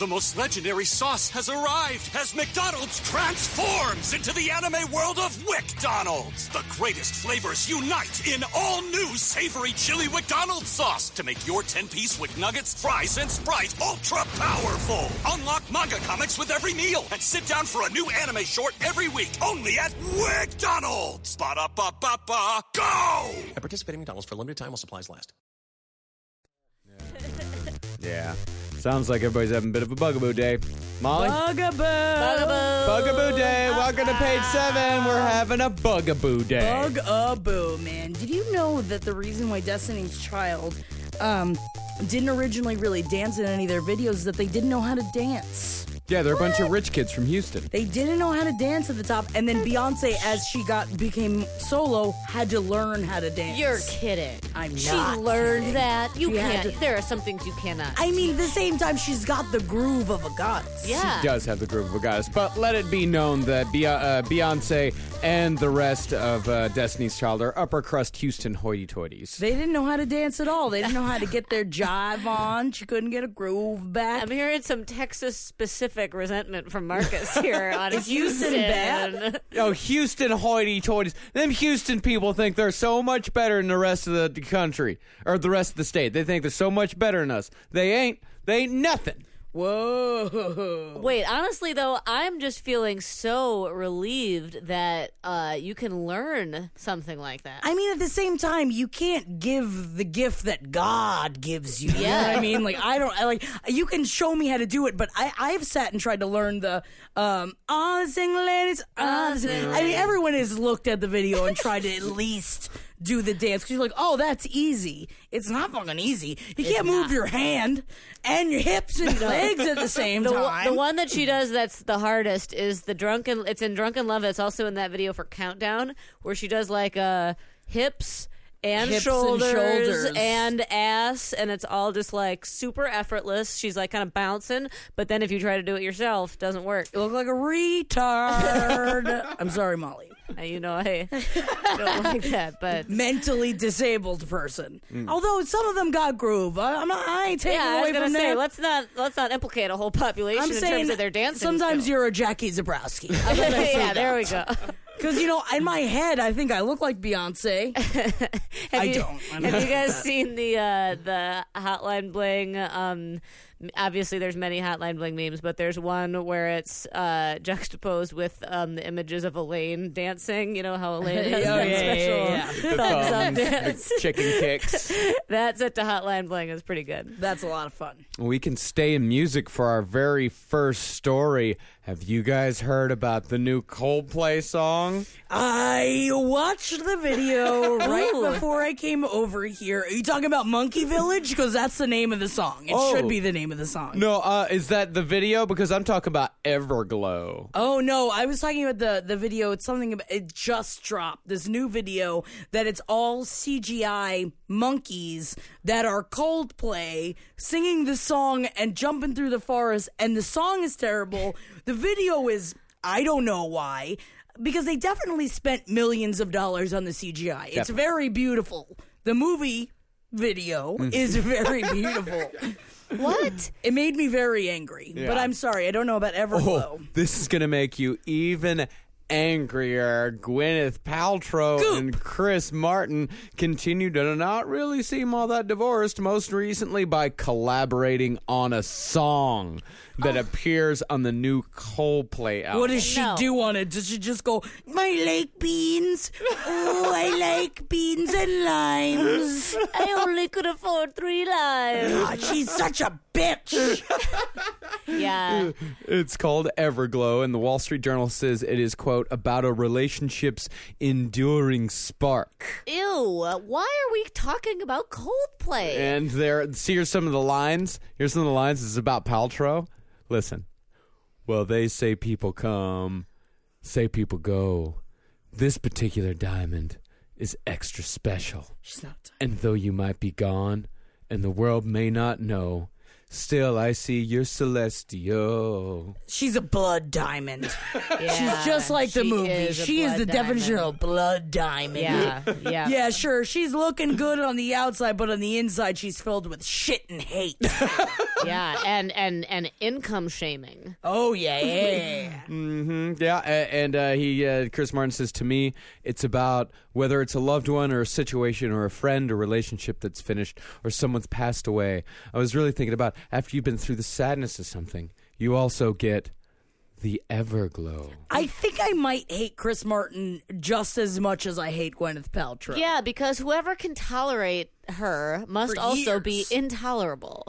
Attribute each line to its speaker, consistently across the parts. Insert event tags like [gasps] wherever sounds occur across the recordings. Speaker 1: The most legendary sauce has arrived as McDonald's transforms into the anime world of WickDonald's. The greatest flavors unite in all new savory chili McDonald's sauce to make your 10-piece Wick Nuggets, fries, and Sprite ultra-powerful. Unlock manga comics with every meal and sit down for a new anime short every week only at WickDonald's. Ba-da-ba-ba-ba, go!
Speaker 2: At participating McDonald's for a limited time while supplies last.
Speaker 3: Yeah. Sounds like everybody's having a bit of a bugaboo day. Molly?
Speaker 4: Bugaboo. Bugaboo.
Speaker 3: Bugaboo day. Welcome to page seven. We're having a bugaboo day.
Speaker 4: Bugaboo, man. Did you know that the reason why Destiny's Child um, didn't originally really dance in any of their videos is that they didn't know how to dance?
Speaker 3: yeah, they're a bunch of rich kids from Houston.
Speaker 4: They didn't know how to dance at the top, and then Beyonce, as she got became solo, had to learn how to dance.
Speaker 5: You're kidding.
Speaker 4: I'm
Speaker 5: She
Speaker 4: not
Speaker 5: learned
Speaker 4: kidding.
Speaker 5: that. You
Speaker 4: She had
Speaker 5: can't.
Speaker 4: to-
Speaker 5: There are some things you cannot.
Speaker 4: I mean, at the same time, she's got the groove of a goddess.
Speaker 5: yeah.
Speaker 3: Does have the groove of a goddess, but let it be known that Be- uh, Beyonce and the rest of uh, Destiny's Child are upper crust Houston hoity-toities.
Speaker 4: They didn't know how to dance at all. They didn't know how to get their jive on. She couldn't get a groove back.
Speaker 5: I'm hearing some Texas specific resentment from Marcus here on
Speaker 4: Is Houston bad?
Speaker 3: Oh, Houston hoity-toities. Them Houston people think they're so much better than the rest of the country or the rest of the state. They think they're so much better than us. They ain't. They ain't nothing.
Speaker 4: Whoa.
Speaker 5: Wait, honestly though, I'm just feeling so relieved that uh, you can learn something like that.
Speaker 4: I mean, at the same time, you can't give the gift that God gives you. You know what I
Speaker 5: Yeah.
Speaker 4: mean? Like, I don't, I, like, you can show me how to do it, but I, I've sat and tried to learn the, um, all the single ladies, all the single I mean, everyone has looked at the video and tried to at least do the dance because you're like, oh, that's easy. It's not fucking easy. You can't move your hand and your hips
Speaker 5: [laughs]
Speaker 4: and your legs at the same
Speaker 5: the,
Speaker 4: time.
Speaker 5: one- the one that she does that's the hardest is the drunken. It's in Drunken Love. It's also in that video for Countdown where she does like uh, hips and
Speaker 4: Hips and
Speaker 5: shoulders,
Speaker 4: shoulders.
Speaker 5: and ass, and it's all just like super effortless. She's like kind of bouncing, but then if you try to do it yourself, doesn't work.
Speaker 4: You look like a retard. I'm sorry, Molly.
Speaker 5: Uh, [laughs] You know,
Speaker 4: [laughs]
Speaker 5: I don't like that, but
Speaker 4: mentally disabled person. Although some of them got groove. I, I'm not, I ain't taking
Speaker 5: yeah, I
Speaker 4: away
Speaker 5: was gonna
Speaker 4: from
Speaker 5: say
Speaker 4: that.
Speaker 5: let's not let's not implicate a whole population
Speaker 4: I'm
Speaker 5: in
Speaker 4: saying
Speaker 5: terms of their dancing.
Speaker 4: Sometimes
Speaker 5: skills.
Speaker 4: you're a Jackie Zabrowski.
Speaker 5: [laughs]
Speaker 4: [laughs]
Speaker 5: yeah, there we go.
Speaker 4: Because you know, in my head, I think I look
Speaker 5: [laughs]
Speaker 4: like Beyonce. I don't. I'm
Speaker 5: have
Speaker 4: not
Speaker 5: you guys seen the uh, the Hotline Bling? Um, obviously, there's many Hotline Bling memes, but there's one where it's uh, juxtaposed with um, the images of Elaine dancing. You know how Elaine has
Speaker 4: Oh,
Speaker 5: that
Speaker 4: [laughs] yeah, yeah,
Speaker 5: special [laughs]
Speaker 4: yeah,
Speaker 3: The
Speaker 5: thumbs up
Speaker 3: thumbs,
Speaker 5: dance.
Speaker 3: the chicken kicks.
Speaker 5: That's it to Hotline Bling. It's pretty good.
Speaker 4: [laughs] That's a lot of fun.
Speaker 3: [laughs] We can stay in music for our very first story. Have you guys heard about the new Coldplay song?
Speaker 4: I watched the
Speaker 5: [laughs]
Speaker 4: video right
Speaker 5: Ooh.
Speaker 4: before I came over here. Are you talking about Monkey Village? Because that's the name of the song. It
Speaker 3: Oh.
Speaker 4: should be the name of the song.
Speaker 3: No, uh, is that the video? Because I'm talking about Everglow.
Speaker 4: Oh no, I was talking about the the video. It's something about it just dropped. This new video that it's all CGI monkeys that are Coldplay singing the song and jumping through the forest and the song is terrible. the video is I don't know why because they definitely spent millions of dollars on the CGI. It's
Speaker 3: Definitely.
Speaker 4: very beautiful. The movie video
Speaker 3: Mm.
Speaker 4: is very beautiful.
Speaker 5: What?
Speaker 4: It made me very angry, but
Speaker 3: Yeah.
Speaker 4: I'm sorry. I don't know about Everglow.
Speaker 3: Oh, this is going to make you even angrier. Gwyneth Paltrow
Speaker 4: Goop.
Speaker 3: and Chris Martin continue to not really seem all that divorced, most recently by collaborating on a song that appears on the new Coldplay album.
Speaker 4: What does she
Speaker 5: No.
Speaker 4: do on it? Does she just go, my like beans? Oh, I like beans and limes.
Speaker 5: I only could afford three lives.
Speaker 4: God, she's such a bitch.
Speaker 5: Yeah.
Speaker 3: It's called Everglow, and the Wall Street Journal says it is, quote, quote about a relationship's enduring spark.
Speaker 5: Ew, why are we talking about Coldplay?
Speaker 3: And there, see, here's some of the lines. Here's some of the lines. This is about Paltrow. Listen. Well, they say people come, say people go. This particular diamond is extra special.
Speaker 4: She's not.
Speaker 3: And though you might be gone, and the world may not know, still I see you're celestial.
Speaker 4: She's a blood diamond.
Speaker 5: Yeah,
Speaker 4: She's just like the
Speaker 5: she
Speaker 4: movie.
Speaker 5: is a
Speaker 4: she is
Speaker 5: blood
Speaker 4: the
Speaker 5: diamond.
Speaker 4: definition of blood diamond.
Speaker 5: Yeah, yeah.
Speaker 4: [laughs] Yeah, sure. She's looking good on the outside, but on the inside, she's filled with shit and hate.
Speaker 5: yeah, and and and income shaming.
Speaker 4: oh yeah, yeah.
Speaker 3: Yeah, a- and uh, he, uh, Chris Martin says to me, it's about whether it's a loved one or a situation or a friend or relationship that's finished or someone's passed away. I was really thinking about after you've been through the sadness of something, you also get the everglow.
Speaker 4: I think I might hate Chris Martin just as much as I hate Gwyneth Paltrow.
Speaker 5: Yeah, because whoever can tolerate her must
Speaker 4: For
Speaker 5: also be
Speaker 4: years.
Speaker 5: intolerable.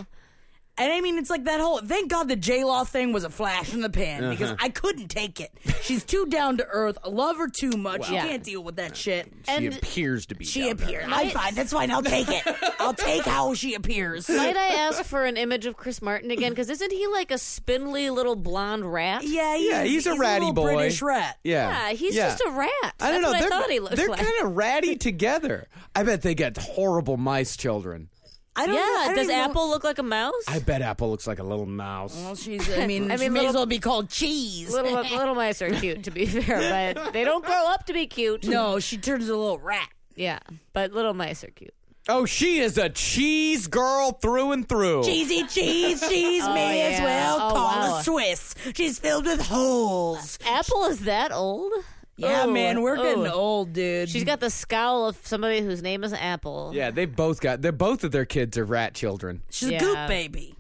Speaker 4: And I mean, it's like that whole thank God the J Law thing was a flash in the pan
Speaker 3: Uh-huh.
Speaker 4: because I couldn't take it. She's too down to earth. I love her too much. You
Speaker 5: Yeah.
Speaker 4: can't deal with that shit.
Speaker 5: And
Speaker 3: she appears to be.
Speaker 4: She
Speaker 3: down there.
Speaker 4: appears. I'm fine. That's fine. I'll take it. I'll take how she appears.
Speaker 5: might I ask for an image of Chris Martin again? Because isn't he like a spindly little blonde rat?
Speaker 4: Yeah,
Speaker 3: Yeah, he's a ratty
Speaker 4: little
Speaker 3: boy.
Speaker 4: British rat.
Speaker 3: Yeah,
Speaker 5: Yeah, he's just a rat.
Speaker 3: I
Speaker 5: That's
Speaker 3: don't know.
Speaker 5: what I
Speaker 3: they're
Speaker 5: thought he looked
Speaker 3: they're
Speaker 5: like.
Speaker 3: kind of
Speaker 5: [laughs]
Speaker 3: ratty together. I bet they get horrible mice children.
Speaker 4: I don't. know- I
Speaker 5: Yeah,
Speaker 4: don't
Speaker 5: does
Speaker 4: even know-
Speaker 5: Apple look like a mouse?
Speaker 3: I bet Apple looks like a little mouse.
Speaker 5: Oh,
Speaker 4: Well, she's. I
Speaker 5: [laughs]
Speaker 4: mean,
Speaker 5: I
Speaker 4: she
Speaker 5: mean,
Speaker 4: may
Speaker 5: little-
Speaker 4: as well be called
Speaker 5: [laughs]
Speaker 4: cheese.
Speaker 5: little little mice are cute, to be [laughs] fair, but they don't grow up to be cute.
Speaker 4: no, she turns a little rat.
Speaker 5: Yeah, but little mice are cute.
Speaker 3: Oh, she is a cheese girl through and through.
Speaker 4: Cheesy cheese,
Speaker 5: [laughs]
Speaker 4: cheese may as
Speaker 5: yeah.
Speaker 4: well
Speaker 5: Oh,
Speaker 4: call
Speaker 5: wow.
Speaker 4: a Swiss. She's filled with holes. Oh.
Speaker 5: Apple is that old?
Speaker 4: Yeah,
Speaker 5: Ooh,
Speaker 4: man, we're getting
Speaker 5: ooh.
Speaker 4: old, dude.
Speaker 5: She's got the scowl of somebody whose name is Apple.
Speaker 3: Yeah, they both got. They're both of their kids are rat children.
Speaker 4: She's
Speaker 5: Yeah.
Speaker 4: a goop baby.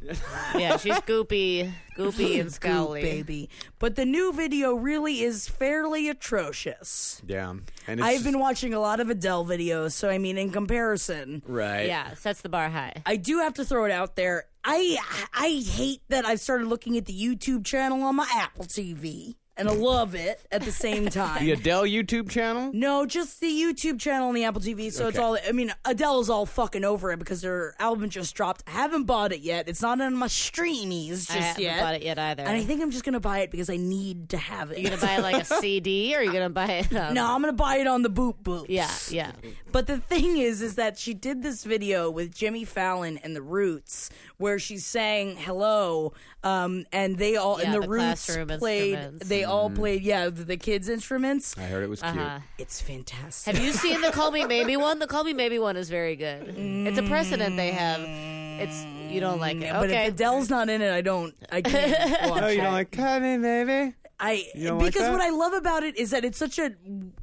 Speaker 5: Yeah, she's goopy, goopy and
Speaker 4: [laughs] Goop
Speaker 5: scowly.
Speaker 4: baby. But the new video really is fairly atrocious.
Speaker 3: Yeah, and
Speaker 4: I've been watching a lot of Adele videos, so I mean, in comparison,
Speaker 3: right.
Speaker 5: Yeah, sets the bar high.
Speaker 4: I do have to throw it out there. I I hate that I've started looking at the YouTube channel on my Apple TV, and I love it at the same time.
Speaker 3: The Adele YouTube channel.
Speaker 4: No, just the YouTube channel and the Apple TV. So it's all. I mean, Adele's all fucking over it because her album just dropped. I haven't bought it yet. It's not on my streamies just
Speaker 5: I haven't
Speaker 4: yet.
Speaker 5: bought it yet either.
Speaker 4: And I think I'm just gonna buy it because I need to have it.
Speaker 5: you gonna buy
Speaker 4: [laughs]
Speaker 5: like a CD or you gonna buy it? Um,
Speaker 4: no, I'm gonna buy it on the boot boot.
Speaker 5: Yeah, yeah.
Speaker 4: But the thing is, is that she did this video with Jimmy Fallon and the Roots, where she's saying "Hello," um, and they all
Speaker 5: Yeah,
Speaker 4: and the,
Speaker 5: the
Speaker 4: Roots
Speaker 5: classroom
Speaker 4: played.
Speaker 5: instruments.
Speaker 4: They all played, yeah, the, the kids' instruments.
Speaker 3: Mm-hmm. I heard it was
Speaker 4: It's fantastic.
Speaker 5: Have you seen the Call Me Maybe one? The Call Me Maybe one is very good. It's a precedent they have. It's you don't like it.
Speaker 4: Mm, But
Speaker 5: okay.
Speaker 4: if Adele's not in it, I don't.
Speaker 5: [laughs]
Speaker 4: I can't watch
Speaker 3: cute. Oh, you
Speaker 4: it.
Speaker 3: don't like Cutty, baby?
Speaker 4: I
Speaker 3: don't like
Speaker 4: because
Speaker 3: that?
Speaker 4: what I love about it is that it's such a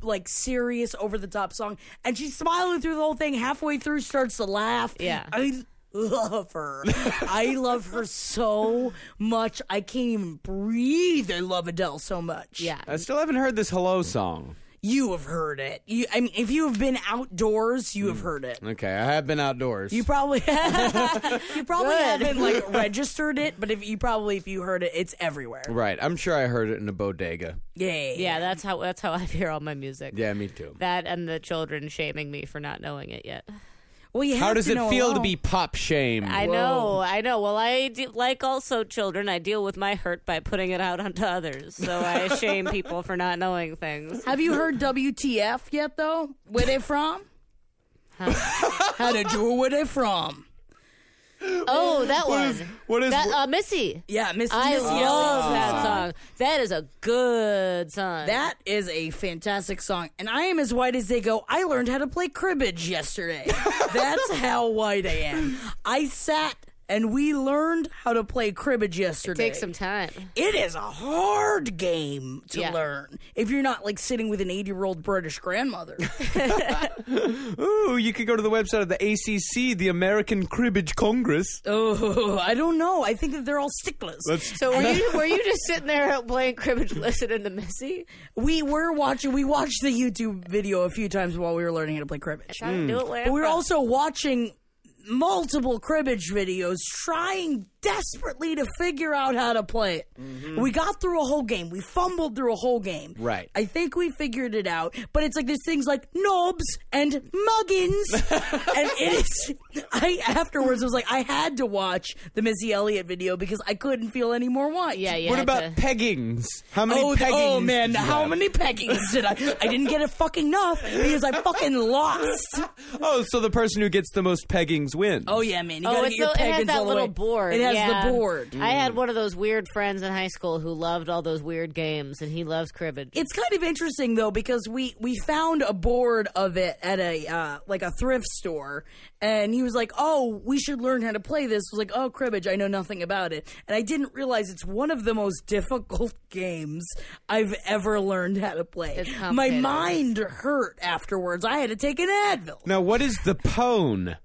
Speaker 4: like serious, over the top song, and she's smiling through the whole thing. Halfway through, starts to laugh.
Speaker 5: Yeah.
Speaker 4: I love her. I love her so much. I can't even breathe. I love Adele so much.
Speaker 5: yeah.
Speaker 3: I still haven't heard this "Hello" song.
Speaker 4: you have heard it. You, I mean, if you have been outdoors, you have
Speaker 3: Mm.
Speaker 4: heard it.
Speaker 3: Okay, I have been outdoors.
Speaker 4: You probably [laughs] you probably haven't like registered it, but if you probably if you heard it, it's everywhere.
Speaker 3: right? I'm sure I heard it in a bodega.
Speaker 4: Yeah,
Speaker 5: Yeah, that's how that's how I [laughs] hear all my music.
Speaker 3: Yeah, me too.
Speaker 5: That and the children shaming me for not knowing it yet.
Speaker 4: Well, you
Speaker 3: How
Speaker 4: have
Speaker 3: does
Speaker 4: to
Speaker 3: it
Speaker 4: know
Speaker 3: feel to
Speaker 4: alone.
Speaker 3: be pop shamed?
Speaker 5: I know, I know. Well, I do, like also children. I deal with my hurt by putting it out onto others, so [laughs] I shame people for not knowing things.
Speaker 4: Have you heard WTF yet, though? Where they from? How did you? Where they from?
Speaker 5: Oh, that was
Speaker 3: what is-
Speaker 5: that, uh, Missy?
Speaker 4: Yeah, Miss.
Speaker 5: I
Speaker 4: Miss Yellow.
Speaker 5: love that song. That is a good song.
Speaker 4: That is a fantastic song, and I am as white as they go. I learned how to play cribbage yesterday.
Speaker 5: [laughs]
Speaker 4: That's how white I am. I sat and we learned how to play cribbage yesterday.
Speaker 5: takes some time.
Speaker 4: It is a hard game to
Speaker 5: Yeah.
Speaker 4: learn if you're not like sitting with an 80 year old
Speaker 5: [laughs]
Speaker 4: British grandmother. uh
Speaker 3: Ooh, you could go to the website of the ACC, the American Cribbage Congress.
Speaker 4: oh, I don't know. I think that they're all sticklers.
Speaker 5: So were you [laughs] were you just sitting there playing cribbage listening to Missy?
Speaker 4: We were watching. We watched the YouTube video a few times while we were learning how to play cribbage.
Speaker 5: Hmm. Trying to do it where
Speaker 4: But
Speaker 5: I'm
Speaker 4: we were
Speaker 5: from.
Speaker 4: also watching multiple cribbage videos, trying desperately to figure out how to play it. We got through a whole game. We fumbled through a whole game.
Speaker 3: Right.
Speaker 4: I think we figured it out, but it's like there's things like knobs and muggins, and it is. I afterwards was like, I had to watch the Missy Elliott video because I couldn't feel any more white.
Speaker 5: Yeah, yeah.
Speaker 3: What about peggings? How many
Speaker 4: Oh,
Speaker 3: peggings?
Speaker 4: th- oh man,
Speaker 3: did you
Speaker 4: how
Speaker 3: have?
Speaker 4: many peggings did I? I didn't get a fucking enough because I fucking lost.
Speaker 3: Oh, so the person who gets the most peggings wins.
Speaker 4: Oh yeah, man. You
Speaker 5: Oh,
Speaker 4: gotta
Speaker 5: it's
Speaker 4: get your
Speaker 5: the- it
Speaker 4: peggings
Speaker 5: has that
Speaker 4: all the
Speaker 5: little
Speaker 4: way.
Speaker 5: board.
Speaker 4: It has
Speaker 5: yeah.
Speaker 4: the board.
Speaker 5: I had one of those weird friends in high school who loved all those weird games, and he loves cribbage.
Speaker 4: It's kind of interesting though because we we found a board of it at a uh, like a thrift store, and he was like, "Oh, we should learn how to play this." I was like, "Oh, cribbage, I know nothing about it," and I didn't realize it's one of the most difficult [laughs] games I've ever learned how to play.
Speaker 5: It's
Speaker 4: My
Speaker 5: complicated.
Speaker 4: mind hurt afterwards. I had to take an Advil.
Speaker 3: Now, what is the pone?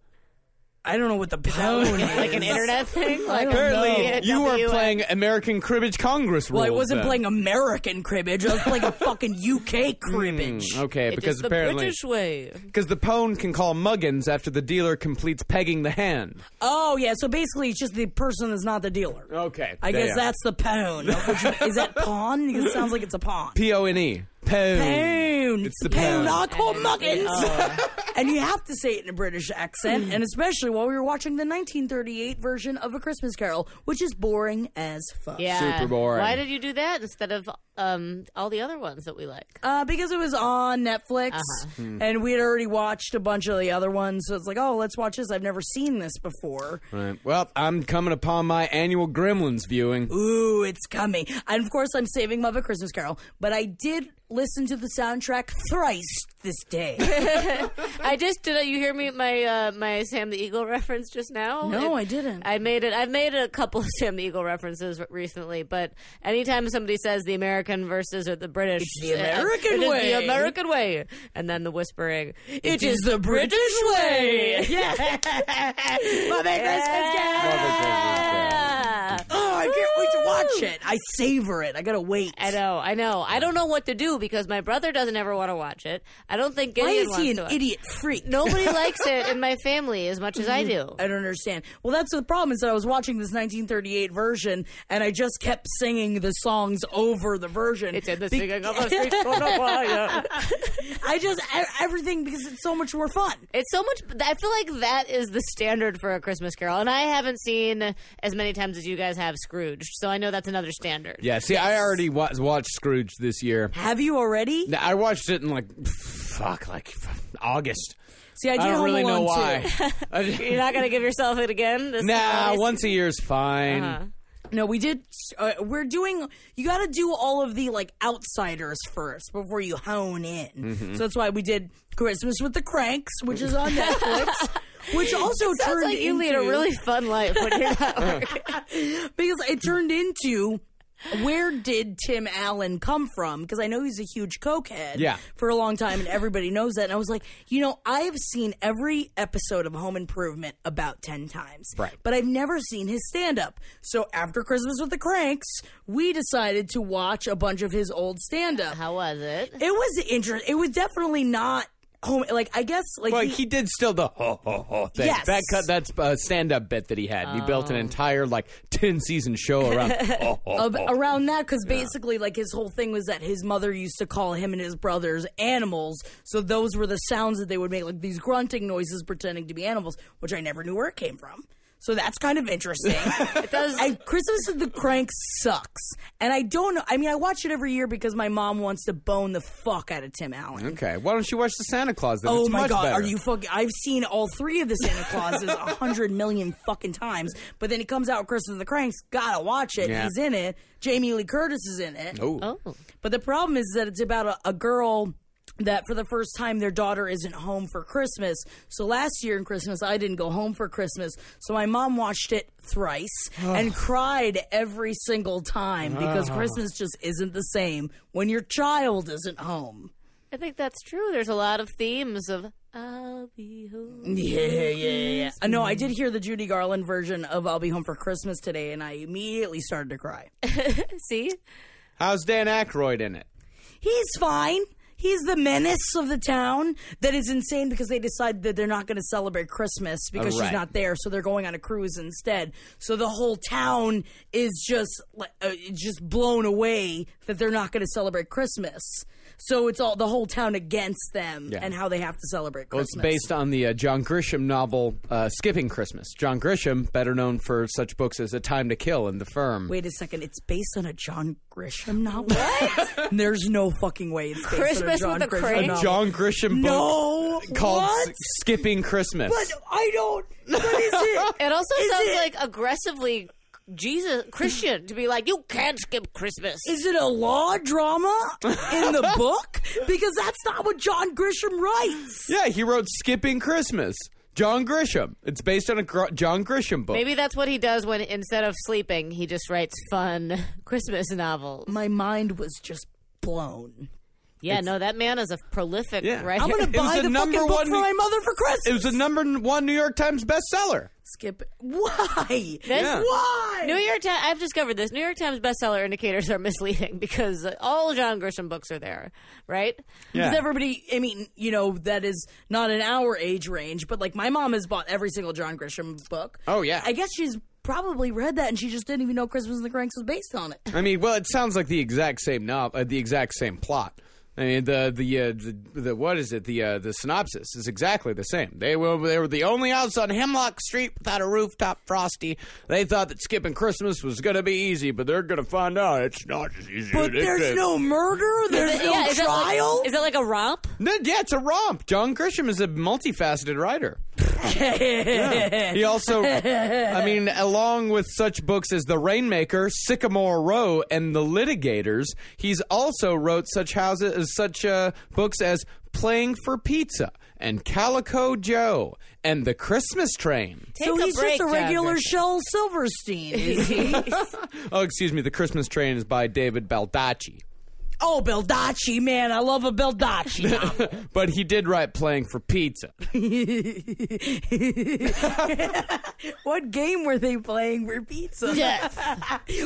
Speaker 4: I don't know what the pound is.
Speaker 5: like an internet thing. Like
Speaker 3: Apparently,
Speaker 5: a-
Speaker 3: you were
Speaker 5: W-
Speaker 3: playing American Cribbage Congress rules.
Speaker 4: Well, I wasn't
Speaker 3: then.
Speaker 4: playing American cribbage. I was
Speaker 3: [laughs]
Speaker 4: playing a fucking UK cribbage.
Speaker 3: Hmm, Okay,
Speaker 5: It
Speaker 3: because
Speaker 5: is the
Speaker 3: apparently,
Speaker 5: British way.
Speaker 3: because the pone can call muggins after the dealer completes pegging the hand.
Speaker 4: Oh yeah, so basically it's just the person that's not the dealer.
Speaker 3: Okay,
Speaker 4: I
Speaker 3: there
Speaker 4: guess
Speaker 3: you are.
Speaker 4: that's
Speaker 3: [laughs]
Speaker 4: the pawn. Which- is that pawn? Because it sounds like it's a pawn.
Speaker 3: P O N E. Pone.
Speaker 4: Poon.
Speaker 3: It's the
Speaker 4: poon.
Speaker 3: pound.
Speaker 4: I call muggins. [laughs]
Speaker 5: Uh.
Speaker 4: and you have to say it in a British
Speaker 5: Hmm.
Speaker 4: accent, and especially while we were watching the 1938 version of A Christmas Carol, which is boring as fuck.
Speaker 5: Yeah.
Speaker 3: Super boring.
Speaker 5: Why did you do that instead of um, all the other ones that we like?
Speaker 4: Uh, because it was on Netflix,
Speaker 5: Uh-huh.
Speaker 4: and we had already watched a bunch of the other ones, so it's like, oh, let's watch this. I've never seen this before.
Speaker 3: Right. Well, I'm coming upon my annual Gremlins viewing.
Speaker 4: Ooh, it's coming. And of course, I'm saving Muppet Christmas Carol, but I did listen to the soundtrack thrice this
Speaker 5: [laughs]
Speaker 4: day.
Speaker 5: I just did. You hear me? My uh, my Sam the Eagle reference just now.
Speaker 4: No, I didn't.
Speaker 5: I made it. I've made a couple [laughs] of Sam the Eagle references recently, but anytime somebody says the American versus or the British,
Speaker 4: It's the
Speaker 5: uh,
Speaker 4: American
Speaker 5: it is
Speaker 4: way.
Speaker 5: the American way, and then the whispering,
Speaker 4: It is the British way.
Speaker 5: [laughs] Yeah.
Speaker 4: Muppet Christmas Carol. Oh, I can't wait to watch it. I savor it. I gotta wait.
Speaker 5: I know, I know. I don't know what to do because my brother doesn't ever want to watch it. I don't think
Speaker 4: Why
Speaker 5: Gideon
Speaker 4: is he
Speaker 5: wants
Speaker 4: an
Speaker 5: to watch it.
Speaker 4: idiot freak?
Speaker 5: Nobody
Speaker 4: [laughs]
Speaker 5: likes it in my family as much as I do.
Speaker 4: I don't understand. Well, that's the problem is that I was watching this 1938 version and I just kept singing the songs over the version. Be- [laughs] I just e- everything because it's so much more fun.
Speaker 5: It's so much. I feel like that is the standard for a Christmas Carol, and I haven't seen as many times as you guys have Scrooge, so I know that's another standard.
Speaker 3: Yeah. See, I already wa- watched Scrooge this year.
Speaker 4: Have you already?
Speaker 3: Now, I watched it in like, fuck, like f- August.
Speaker 4: See, I did
Speaker 3: I don't
Speaker 4: Home
Speaker 3: really know
Speaker 4: Alone too.
Speaker 3: why.
Speaker 4: [laughs]
Speaker 3: I just-
Speaker 5: You're not gonna give yourself it again. This
Speaker 3: nah,
Speaker 5: this-
Speaker 3: once a year's fine.
Speaker 4: Uh-huh. No, we did. Uh, we're doing. You got to do all of the like outsiders first before you hone in.
Speaker 3: Mm-hmm.
Speaker 4: So that's why we did Christmas with the Cranks, which
Speaker 3: [laughs]
Speaker 4: is on Netflix. Which also
Speaker 5: Sounds
Speaker 4: turned
Speaker 5: like you
Speaker 4: into
Speaker 5: lead a really fun life when you're
Speaker 4: [laughs]
Speaker 5: not working.
Speaker 4: because it turned into where did Tim Allen come from? Because I know he's a huge cokehead
Speaker 3: Yeah.
Speaker 4: for a long time, and everybody knows that. And I was like, you know, I have seen every episode of Home Improvement about ten times,
Speaker 3: Right.
Speaker 4: But I've never seen his stand up. So after Christmas with the Cranks, we decided to watch a bunch of his old stand up.
Speaker 5: How was it?
Speaker 4: It was interesting. It was definitely not home. Like I guess, like
Speaker 3: Well,
Speaker 4: he-
Speaker 3: he did still the ho ho ho thing.
Speaker 4: Yes. Oh.
Speaker 3: That cut, that's a stand-up bit that he had. He built an entire like [laughs] ten-season show
Speaker 4: [laughs]
Speaker 3: around. ho, ho,
Speaker 4: ab- around that because basically like his whole thing was that his mother used to call him and his brothers animals so those were the sounds that they would make like these grunting noises pretending to be animals which i never knew where it came from so that's kind of [laughs] interesting. it does. And Christmas of the Crank sucks, and I don't know. I mean, I watch it every year because my mom wants to bone the fuck out of Tim Allen.
Speaker 3: Okay, why don't you watch the Santa Claus? Then?
Speaker 4: Oh
Speaker 3: It's
Speaker 4: my
Speaker 3: much
Speaker 4: god,
Speaker 3: better.
Speaker 4: are you fucking? I've seen all three of the Santa
Speaker 3: [laughs]
Speaker 4: Clauses a hundred million fucking times, but then it comes out Christmas of the Cranks. Gotta watch it.
Speaker 3: Yeah.
Speaker 4: He's in it. Jamie Lee Curtis is in it.
Speaker 3: Oh.
Speaker 4: But the problem is that it's about a, a girl that for the first time their daughter isn't home for Christmas. So last year in Christmas I didn't go home for Christmas. So my mom watched it
Speaker 3: [sighs]
Speaker 4: thrice and cried every single
Speaker 3: [sighs]
Speaker 4: time because Christmas just isn't the same when your child isn't home.
Speaker 5: I think that's true. There's a lot of themes of I'll be home.
Speaker 4: Yeah, yeah, yeah, yeah. Uh, No, I did hear the Judy Garland version of I'll Be Home for Christmas today, and I immediately started to cry.
Speaker 5: See,
Speaker 3: How's Dan Aykroyd in it?
Speaker 4: He's fine. He's the menace of the town that is insane because they decide that they're not going to celebrate Christmas because
Speaker 3: Right.
Speaker 4: she's not there, so they're going on a cruise instead. So the whole town is just like, uh, just blown away that they're not going to celebrate Christmas. So it's all the whole town against them
Speaker 3: Yeah.
Speaker 4: and how they have to celebrate
Speaker 3: Well,
Speaker 4: Christmas.
Speaker 3: it's based on the uh, John Grisham novel uh, Skipping Christmas. John Grisham, better known for such books as A Time to Kill and The Firm.
Speaker 4: Wait a second. It's based on a John Grisham novel. What? [laughs] There's no fucking way it's based
Speaker 5: Christmas
Speaker 4: on
Speaker 5: with a
Speaker 4: a John Grisham
Speaker 5: crane?
Speaker 3: a
Speaker 4: novel.
Speaker 3: John Grisham
Speaker 4: No,
Speaker 3: book called
Speaker 4: what?
Speaker 3: S- Skipping Christmas.
Speaker 4: But I don't. What is it?
Speaker 3: [laughs]
Speaker 5: It also
Speaker 4: Is
Speaker 5: sounds
Speaker 4: it-
Speaker 5: like aggressively Jesus Christian to be like, you can't skip Christmas.
Speaker 4: Is it a law drama in the book? Because that's not what John Grisham writes.
Speaker 3: yeah, he wrote Skipping Christmas. John Grisham. It's based on a Gr- John Grisham book.
Speaker 5: Maybe that's what he does when instead of sleeping, he just writes fun [laughs] Christmas novels.
Speaker 4: My mind was just blown.
Speaker 5: Yeah, no, that man is a prolific
Speaker 3: Yeah.
Speaker 5: writer.
Speaker 4: I'm
Speaker 5: [laughs]
Speaker 4: gonna
Speaker 3: It was
Speaker 4: buy
Speaker 3: a
Speaker 4: the fucking
Speaker 3: number
Speaker 4: book
Speaker 3: one-
Speaker 4: for my mother for Christmas.
Speaker 3: it was a number one New York Times bestseller.
Speaker 4: skip. Why?
Speaker 5: This- Yeah.
Speaker 4: Why?
Speaker 5: New York Times. I've discovered this. New York Times bestseller indicators are misleading [laughs] because all John Grisham books are there, right?
Speaker 4: Because everybody, I mean, you know, that is not in our age range, but like my mom has bought every single John Grisham book.
Speaker 3: Oh, yeah.
Speaker 4: I guess she's probably read that and she just didn't even know Christmas in the Cranks was based on it.
Speaker 3: I mean, well, it sounds like the exact same novel, uh, the exact same plot. I mean, the the, uh, the the what is it? The uh, the synopsis is exactly the same. They were they were the only house on Hemlock Street without a rooftop frosty. They thought that skipping Christmas was going to be easy, but they're going to find out it's not as easy.
Speaker 4: But
Speaker 3: as they
Speaker 4: there's
Speaker 3: think.
Speaker 4: no murder, there's no
Speaker 5: yeah, is That
Speaker 4: trial.
Speaker 5: like, is that like a
Speaker 4: [laughs]
Speaker 5: romp?
Speaker 3: No, yeah, it's a romp. John Grisham is a multifaceted writer. He also, I mean, along with such books as The Rainmaker, Sycamore Row, and The Litigators, he's also wrote such houses, uh, such uh, books as Playing for Pizza and Calico Joe and The Christmas Train.
Speaker 5: Take
Speaker 4: so
Speaker 5: a
Speaker 4: he's
Speaker 5: break,
Speaker 4: just a
Speaker 5: John
Speaker 4: regular
Speaker 5: Grisham.
Speaker 4: Shel Silverstein. [laughs] is he?
Speaker 3: Oh, excuse me, The Christmas Train is by David Baldacci, [laughs]
Speaker 4: oh, Baldacci, man, I love a Baldacci. novel.
Speaker 3: but he did write Playing for Pizza.
Speaker 4: [laughs]
Speaker 3: [laughs]
Speaker 4: what game were they playing for [laughs] pizza?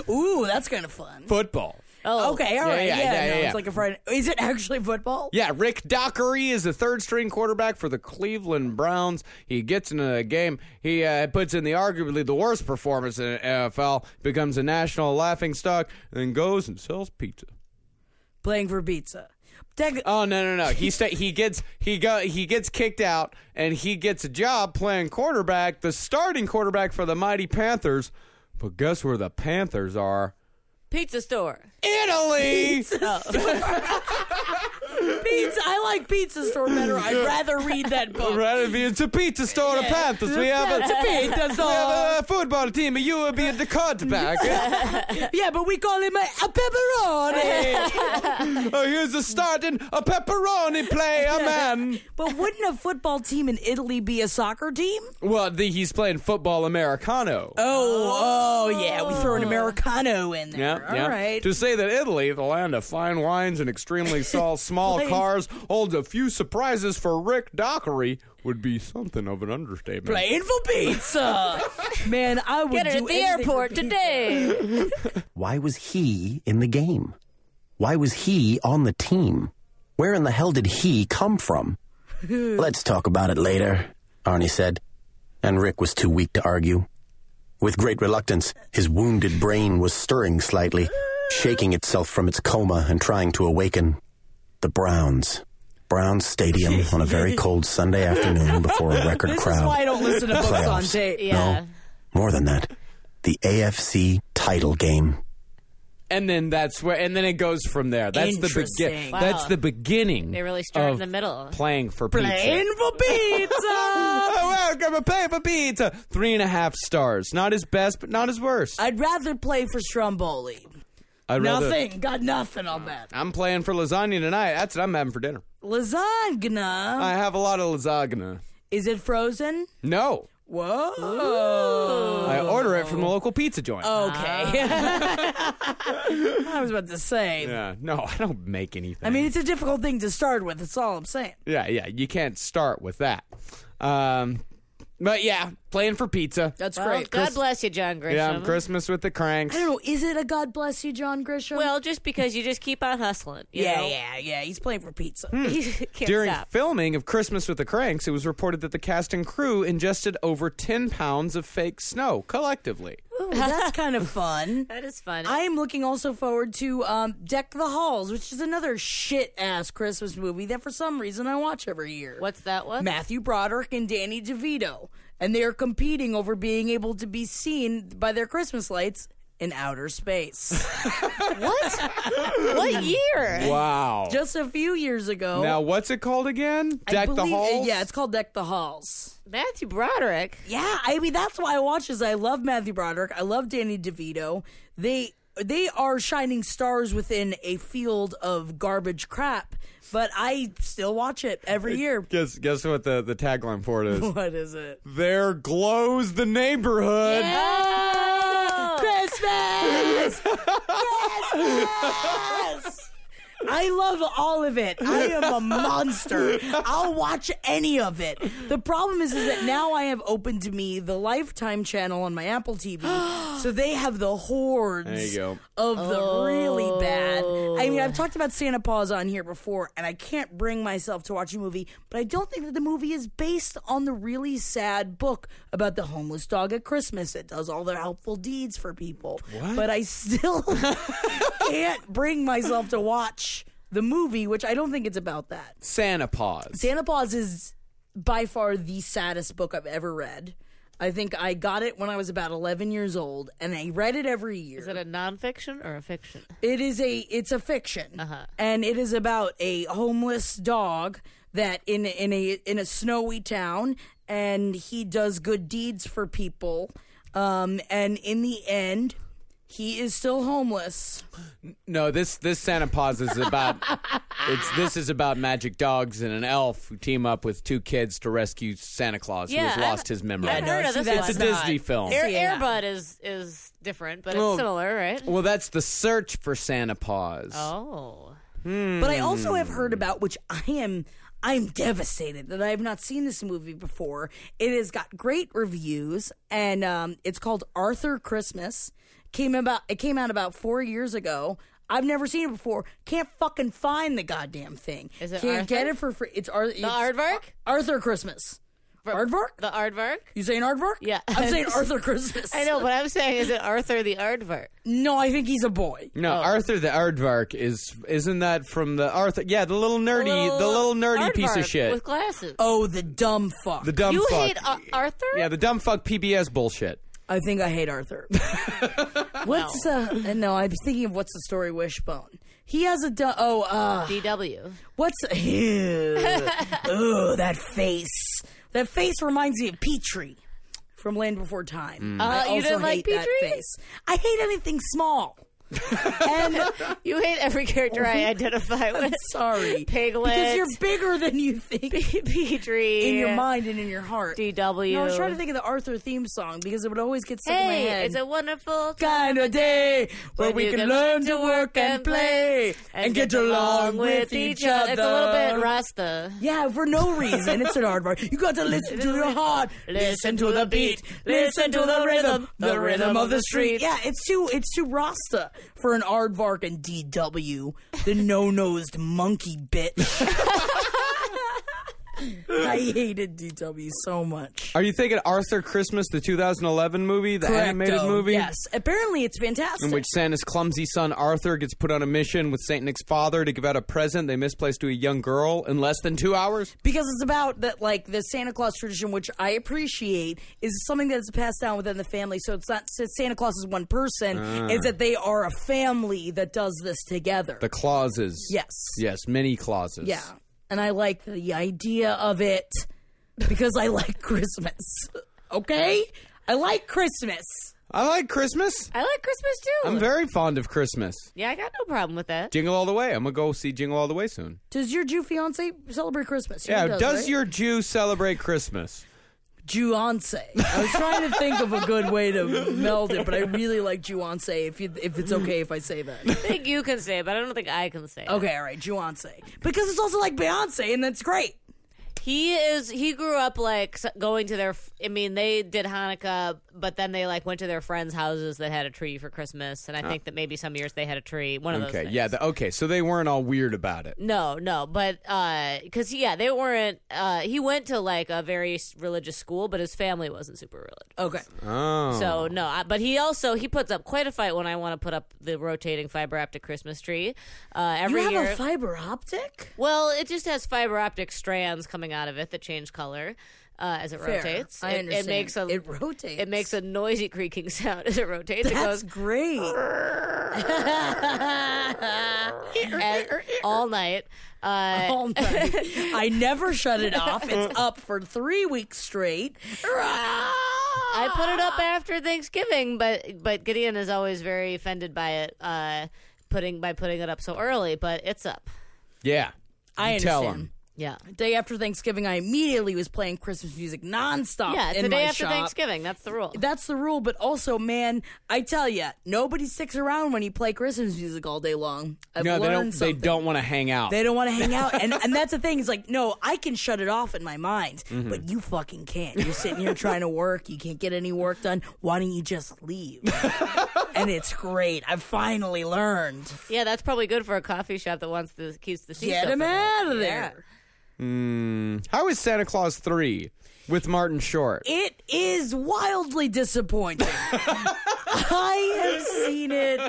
Speaker 4: Ooh, that's kind of fun.
Speaker 3: Football.
Speaker 5: Oh,
Speaker 4: Okay, all right,
Speaker 3: yeah,
Speaker 4: yeah,
Speaker 3: yeah,
Speaker 4: no,
Speaker 3: yeah, yeah.
Speaker 4: it's like a Friday. Is it actually football?
Speaker 3: Yeah, Rick Dockery is a third string quarterback for the Cleveland Browns. He gets into a game. He uh, puts in the arguably the worst performance in the NFL, becomes a national laughingstock, and then goes and sells pizza.
Speaker 4: Playing for pizza. Tec-
Speaker 3: Oh no no no! He sta- he gets he go he gets kicked out and he gets a job playing quarterback, the starting quarterback for the mighty Panthers. But guess where the Panthers are?
Speaker 5: pizza store.
Speaker 3: [laughs] Italy.
Speaker 4: pizza. I like pizza store better. I'd rather read [laughs] that book.
Speaker 3: Rather be it's a pizza store. The Panthers. We have
Speaker 4: It's a
Speaker 3: a
Speaker 4: pizza [laughs]
Speaker 3: We
Speaker 4: store.
Speaker 3: have a football team, and you will be at the
Speaker 5: [laughs]
Speaker 3: quarterback.
Speaker 4: Yeah, but we call him a, a pepperoni.
Speaker 3: oh, here's a starting a pepperoni player, man.
Speaker 4: [laughs] but wouldn't a football team in Italy be a soccer team?
Speaker 3: Well, the, he's playing football americano.
Speaker 4: Oh, oh yeah, we throw an americano in
Speaker 3: yeah,
Speaker 4: there.
Speaker 3: yeah.
Speaker 4: All right.
Speaker 3: To say that Italy, the land of fine wines
Speaker 5: [laughs]
Speaker 3: and extremely small, small
Speaker 4: Please.
Speaker 3: cars, holds a few surprises for Rick Dockery would be something of an understatement.
Speaker 4: Playing for pizza, [laughs] man. I would
Speaker 5: Get it
Speaker 4: do
Speaker 5: at the
Speaker 4: anything for
Speaker 5: airport
Speaker 4: pizza.
Speaker 5: today.
Speaker 6: Why was he in the game? Why was he on the team? Where in the hell did he
Speaker 4: [laughs]
Speaker 6: come from? Let's talk about it later, Arnie said, and Rick was too weak to argue. With great reluctance, his wounded brain was stirring slightly, shaking itself from its coma and trying to awaken. The Browns. Browns Stadium on a very cold Sunday afternoon before a record
Speaker 4: [laughs] This
Speaker 6: crowd.
Speaker 4: is why I don't listen to books on
Speaker 6: Playoffs.
Speaker 4: tape.
Speaker 5: Yeah.
Speaker 6: No, more than that. The AFC title game.
Speaker 3: and then that's where and then it goes from there. That's the begin.
Speaker 4: Interesting.
Speaker 3: That's the beginning.
Speaker 5: They really start in
Speaker 3: of
Speaker 5: the middle.
Speaker 3: Playing for pizza.
Speaker 4: Playing
Speaker 3: [laughs]
Speaker 4: for pizza.
Speaker 3: Oh, welcome to Pay for Pizza. Three and a half stars. Not his best, but not his worst.
Speaker 4: I'd rather play for Stromboli.
Speaker 3: I'd rather-
Speaker 4: Nothing. Got nothing on that.
Speaker 3: I'm playing for lasagna tonight. That's what I'm having for dinner.
Speaker 4: Lasagna.
Speaker 3: I have a lot of lasagna.
Speaker 4: Is it frozen?
Speaker 3: No.
Speaker 4: Whoa.
Speaker 3: I order it from the local pizza joint.
Speaker 4: Oh. Okay. [laughs] I was about to say.
Speaker 3: Yeah. No, [laughs] I don't make anything.
Speaker 4: I mean, it's a difficult thing to start with. That's all I'm saying.
Speaker 3: yeah, yeah. You can't start with that. Um, But yeah, playing for pizza.
Speaker 4: That's
Speaker 5: Well,
Speaker 4: great.
Speaker 5: God bless you, John Grisham.
Speaker 3: Yeah, Christmas with the cranks.
Speaker 4: I don't know. Is it a God bless you, John Grisham?
Speaker 5: Well, just because you just keep on hustling. you
Speaker 4: yeah,
Speaker 5: know?
Speaker 4: yeah, yeah. He's playing for pizza.
Speaker 5: [laughs] You can't
Speaker 3: During
Speaker 5: stop.
Speaker 3: filming of Christmas with the Cranks, it was reported that the cast and crew ingested over 10 pounds of fake snow collectively.
Speaker 4: Ooh, that's kind of [laughs] fun.
Speaker 5: That is fun.
Speaker 4: I am looking also forward to um, Deck the Halls, which is another shit ass Christmas movie that for some reason I watch every year.
Speaker 5: What's that one?
Speaker 4: Matthew Broderick and Danny DeVito, and they are competing over being able to be seen by their Christmas lights in
Speaker 3: [laughs]
Speaker 4: outer space.
Speaker 5: What? what year?
Speaker 3: Wow.
Speaker 4: Just a few years
Speaker 5: Oh.
Speaker 4: ago.
Speaker 3: now, what's it called again?
Speaker 4: I
Speaker 3: Deck the
Speaker 5: uh,
Speaker 4: believe- uh,
Speaker 3: Halls?
Speaker 4: Yeah, it's called Deck the Halls.
Speaker 5: Matthew Broderick.
Speaker 4: Yeah, I mean that's why I watch this. I love Matthew Broderick. I love Danny DeVito. They they are shining stars within a field of garbage crap, but I still watch it every year.
Speaker 3: Guess, guess what the, the tagline for
Speaker 5: [laughs]
Speaker 3: it is?
Speaker 4: What is it?
Speaker 3: there glows the neighborhood.
Speaker 5: Oh.
Speaker 4: Christmas! Christmas! I love all of it. I am a monster. I'll watch any of it. The problem is, is that now I have opened to me the Lifetime channel on my Apple TV, so they have the hordes
Speaker 3: There you go.
Speaker 4: of the really bad. I mean, I've talked about Santa Paws on here before, and I can't bring myself to watch a movie, but I don't think that the movie is based on the really sad book about the homeless dog at Christmas that does all the helpful deeds for people. But I still [laughs] can't bring myself to watch the movie, which I don't think it's about that.
Speaker 3: Santa Paws.
Speaker 4: Santa Paws is by far the saddest book I've ever read. I think I got it when I was about 11 years old, and I read it every year.
Speaker 5: Is it a nonfiction or a fiction?
Speaker 4: It is a it's a fiction, and it is about a homeless dog that in in a in a snowy town, and he does good deeds for people, um, and in the end, he is still homeless.
Speaker 3: No, this this Santa Paws is about
Speaker 5: [laughs]
Speaker 3: it's this is about magic dogs and an elf who team up with two kids to rescue Santa Claus who has
Speaker 5: Yeah, I-
Speaker 3: lost his memory.
Speaker 5: I've heard of
Speaker 4: see,
Speaker 5: this
Speaker 4: that's
Speaker 5: one.
Speaker 3: it's a
Speaker 4: not-
Speaker 3: Disney film.
Speaker 5: Air,
Speaker 4: Yeah.
Speaker 5: Airbud is is different, but it's
Speaker 3: Well-
Speaker 5: similar, right?
Speaker 3: well, that's the search for Santa Paws.
Speaker 5: Oh,
Speaker 4: But I also have heard about which I am I'm devastated that I have not seen this movie before. It has got great reviews and um, it's called Arthur Christmas. Came about it came out about 4 years ago. I've never seen it before. Can't fucking find the goddamn thing.
Speaker 5: Is it
Speaker 4: Can't
Speaker 5: Arthur?
Speaker 4: get it for free. It's, Ar- it's
Speaker 5: Aardvark?
Speaker 4: Arthur Christmas. Aardvark?
Speaker 5: the Aardvark.
Speaker 4: you saying Aardvark?
Speaker 5: Yeah. [laughs]
Speaker 4: I'm saying Arthur Christmas.
Speaker 5: I know, but I'm saying, is it Arthur the Aardvark?
Speaker 4: No, I think he's a boy.
Speaker 3: No,
Speaker 5: Oh.
Speaker 3: Arthur the Aardvark is isn't that from the Arthur? Yeah, the little nerdy, the little nerdy piece of
Speaker 5: Aardvark
Speaker 3: shit,
Speaker 5: with glasses.
Speaker 4: Oh, the dumb fuck.
Speaker 3: the dumb
Speaker 5: you
Speaker 3: fuck.
Speaker 5: hate Ar- Arthur?
Speaker 3: yeah, the dumb fuck PBS bullshit.
Speaker 4: I think I
Speaker 5: [laughs]
Speaker 4: hate Arthur. what's uh no, I'm thinking of what's the story Wishbone. He has a du- oh uh
Speaker 5: DW.
Speaker 4: what's [laughs] ew. oh that face. That face reminds me of Petrie from Land Before Time. I
Speaker 5: Uh, you
Speaker 4: also
Speaker 5: didn't like
Speaker 4: hate that
Speaker 5: Petrie?
Speaker 4: face. I hate anything small. and
Speaker 5: [laughs] You hate every character I identify with.
Speaker 4: I'm sorry.
Speaker 5: Piglet.
Speaker 4: Because you're bigger than you think
Speaker 5: Petrie.
Speaker 4: in your mind and in your heart.
Speaker 5: DW.
Speaker 4: No, I was trying to think of the Arthur theme song because it would always get stuck in my
Speaker 5: Hey,
Speaker 4: head.
Speaker 5: it's a wonderful time.
Speaker 4: kind of day where
Speaker 5: When
Speaker 4: we
Speaker 5: you
Speaker 4: can
Speaker 5: can
Speaker 4: learn to work and play and get along with each other.
Speaker 5: It's a little bit Rasta.
Speaker 4: Yeah, for no reason. It's an aardvark. You got [laughs] to listen to your heart, listen to the beat, listen to the rhythm, the rhythm of the street. Yeah, it's too it's too Rasta for an aardvark and DW, the no-nosed monkey bitch. [laughs] I hated DW so much.
Speaker 3: Are you thinking Arthur Christmas, the 2011 movie, the animated
Speaker 4: Correcto.
Speaker 3: movie?
Speaker 4: Yes, apparently it's fantastic.
Speaker 3: in which Santa's clumsy son Arthur gets put on a mission with Saint Nick's father to give out a present they misplaced to a young girl in less than two hours.
Speaker 4: because it's about that like the Santa Claus tradition, which I appreciate, is something that's passed down within the family. So it's not so Santa Claus is one person; it's that they are a family that does this together.
Speaker 3: Ah. The clauses.
Speaker 4: yes,
Speaker 3: Yes, many clauses.
Speaker 4: yeah, and I like the idea of it because I like [laughs] Christmas. Okay, I like Christmas.
Speaker 3: I like Christmas.
Speaker 5: I like Christmas too.
Speaker 3: I'm very fond of Christmas.
Speaker 5: yeah, I got no problem with that.
Speaker 3: Jingle All the Way. I'm going to go see Jingle All the Way soon.
Speaker 4: Does your Jew fiance celebrate Christmas? He
Speaker 3: yeah, does
Speaker 4: right?
Speaker 3: your Jew celebrate Christmas?
Speaker 4: Juance. I was trying to think of a good way to meld it, but I really like Juance. If you, if it's okay if I say that.
Speaker 5: I think you can say it, but I don't think I can say it.
Speaker 4: Okay, all right, Juance. Because it's also like Beyonce, and that's great.
Speaker 5: He is. He grew up like s- going to their. f- I mean, they did Hanukkah, but then they like went to their friends' houses that had a tree for Christmas, and I think that maybe some years they had a tree. One of those.
Speaker 3: Okay,
Speaker 5: things.
Speaker 3: yeah, the, okay. So they weren't all weird about it.
Speaker 5: No, no, but because yeah, they weren't. Uh, he went to like a very s- religious school, but his family wasn't super religious.
Speaker 4: Okay.
Speaker 3: Oh,
Speaker 5: So no, I, but he also he puts up quite a fight when I want to put up the rotating fiber optic Christmas tree uh,
Speaker 4: You
Speaker 5: every
Speaker 4: have
Speaker 5: year.
Speaker 4: a fiber optic?
Speaker 5: well, it just has fiber optic strands coming out of it that change color uh, as it
Speaker 4: Fair.
Speaker 5: rotates.
Speaker 4: I
Speaker 5: it,
Speaker 4: understand.
Speaker 5: It makes a
Speaker 4: It rotates.
Speaker 5: It makes a noisy creaking [laughs] sound as it rotates. it
Speaker 4: That's
Speaker 5: goes [laughs]
Speaker 4: great. [laughs]
Speaker 5: and- all night. Uh,
Speaker 4: all night. I never shut it off.
Speaker 5: [laughs]
Speaker 4: It's up for three weeks straight.
Speaker 5: I put it
Speaker 4: [laughs]
Speaker 5: up after Thanksgiving, but but Gideon is always very offended by it, uh, putting by putting it up so early. But it's up.
Speaker 3: yeah.
Speaker 4: I
Speaker 3: You tell
Speaker 4: understand.
Speaker 3: him.
Speaker 5: Yeah,
Speaker 4: Day after Thanksgiving, I immediately was playing Christmas music nonstop.
Speaker 5: yeah. It's
Speaker 4: in
Speaker 5: the day
Speaker 4: my
Speaker 5: after
Speaker 4: shop.
Speaker 5: Thanksgiving. That's the rule.
Speaker 4: That's the rule, but also, man, I tell you, nobody sticks around when you play Christmas music all day long. I've
Speaker 3: No, they
Speaker 4: learned
Speaker 3: don't.
Speaker 4: something.
Speaker 3: They don't want to hang out.
Speaker 4: They don't want to hang out, [laughs] and and that's the thing. It's like, no, I can shut it off in my mind, but you fucking can't. You're sitting here trying to work, you can't get any work done. Why don't you just [laughs] leave? and it's great. I've finally learned.
Speaker 5: yeah, that's probably good for a coffee shop that wants to keeps the seats
Speaker 4: Get him
Speaker 5: open.
Speaker 4: out of
Speaker 5: Yeah.
Speaker 4: there.
Speaker 3: How is Santa Claus three with Martin Short?
Speaker 4: It is wildly [laughs] disappointing. I have seen it.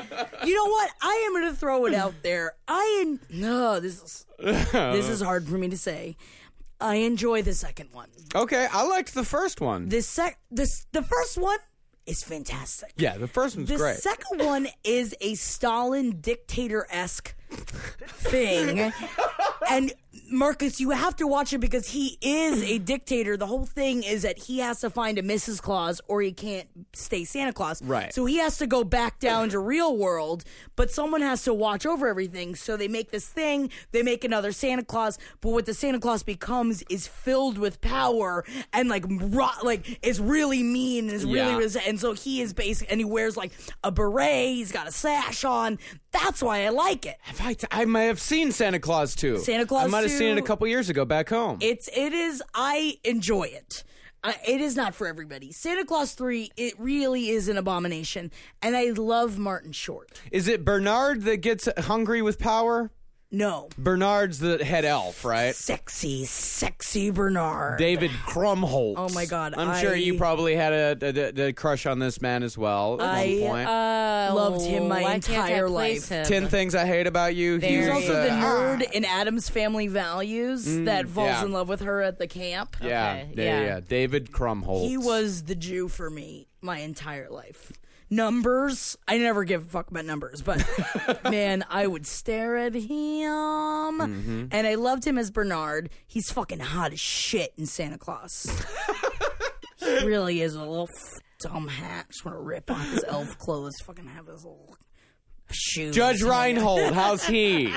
Speaker 4: You know what? I am going to throw it out there. I en- no, this is this [laughs] is hard for me to say. I enjoy the second one.
Speaker 3: Okay, I liked the first one.
Speaker 4: The sec this the first one is fantastic.
Speaker 3: yeah, the first one's
Speaker 4: The
Speaker 3: great.
Speaker 4: second one is a Stalin dictator esque thing. and Marcus, you have to watch it because he is a dictator. The whole thing is that he has to find a Mrs. Claus or he can't stay Santa Claus.
Speaker 3: Right.
Speaker 4: So he has to go back down to real world, but someone has to watch over everything. So they make this thing, they make another Santa Claus, but what the Santa Claus becomes is filled with power and like rot, like is really mean and is really
Speaker 3: Yeah.
Speaker 4: res- and so he is basic and he wears like a beret, he's got a sash on. That's why I like it.
Speaker 3: have I, t- I may have seen Santa Claus two.
Speaker 4: Santa Claus
Speaker 3: I might have seen it a
Speaker 4: 2.
Speaker 3: couple years ago back home.
Speaker 4: It's it is I enjoy it. I, it is not for everybody. Santa Claus 3 it really is an abomination and I love Martin Short.
Speaker 3: Is it Bernard that gets hungry with power?
Speaker 4: No.
Speaker 3: Bernard's the head elf, right?
Speaker 4: Sexy, sexy Bernard.
Speaker 3: David Krumholtz.
Speaker 4: Oh my God,
Speaker 3: I'm sure
Speaker 4: I-
Speaker 3: you probably had a, a, a- a crush on this man as well at
Speaker 4: I,
Speaker 3: some point.
Speaker 5: Uh,
Speaker 4: Loved him my
Speaker 5: why can't I
Speaker 4: entire
Speaker 5: place him?
Speaker 4: life.
Speaker 3: Ten things I hate about you. ah,
Speaker 5: There
Speaker 4: He's
Speaker 5: he
Speaker 4: also
Speaker 5: is.
Speaker 4: the nerd in Adam's Family Values that falls
Speaker 3: Mm, yeah.
Speaker 4: in love with her at the camp.
Speaker 3: Yeah,
Speaker 5: Okay,
Speaker 3: yeah,
Speaker 5: yeah.
Speaker 3: yeah, David Krumholtz.
Speaker 4: He was the Jew for me my entire life. Numbers, I never give a fuck about numbers, but man, I would stare at him. And I loved him as Bernard. He's fucking hot as shit in Santa Claus. he really is a little f- dumb hat. Just want to rip on his elf clothes, fucking have his little shoes.
Speaker 3: Judge Reinhold. How's he?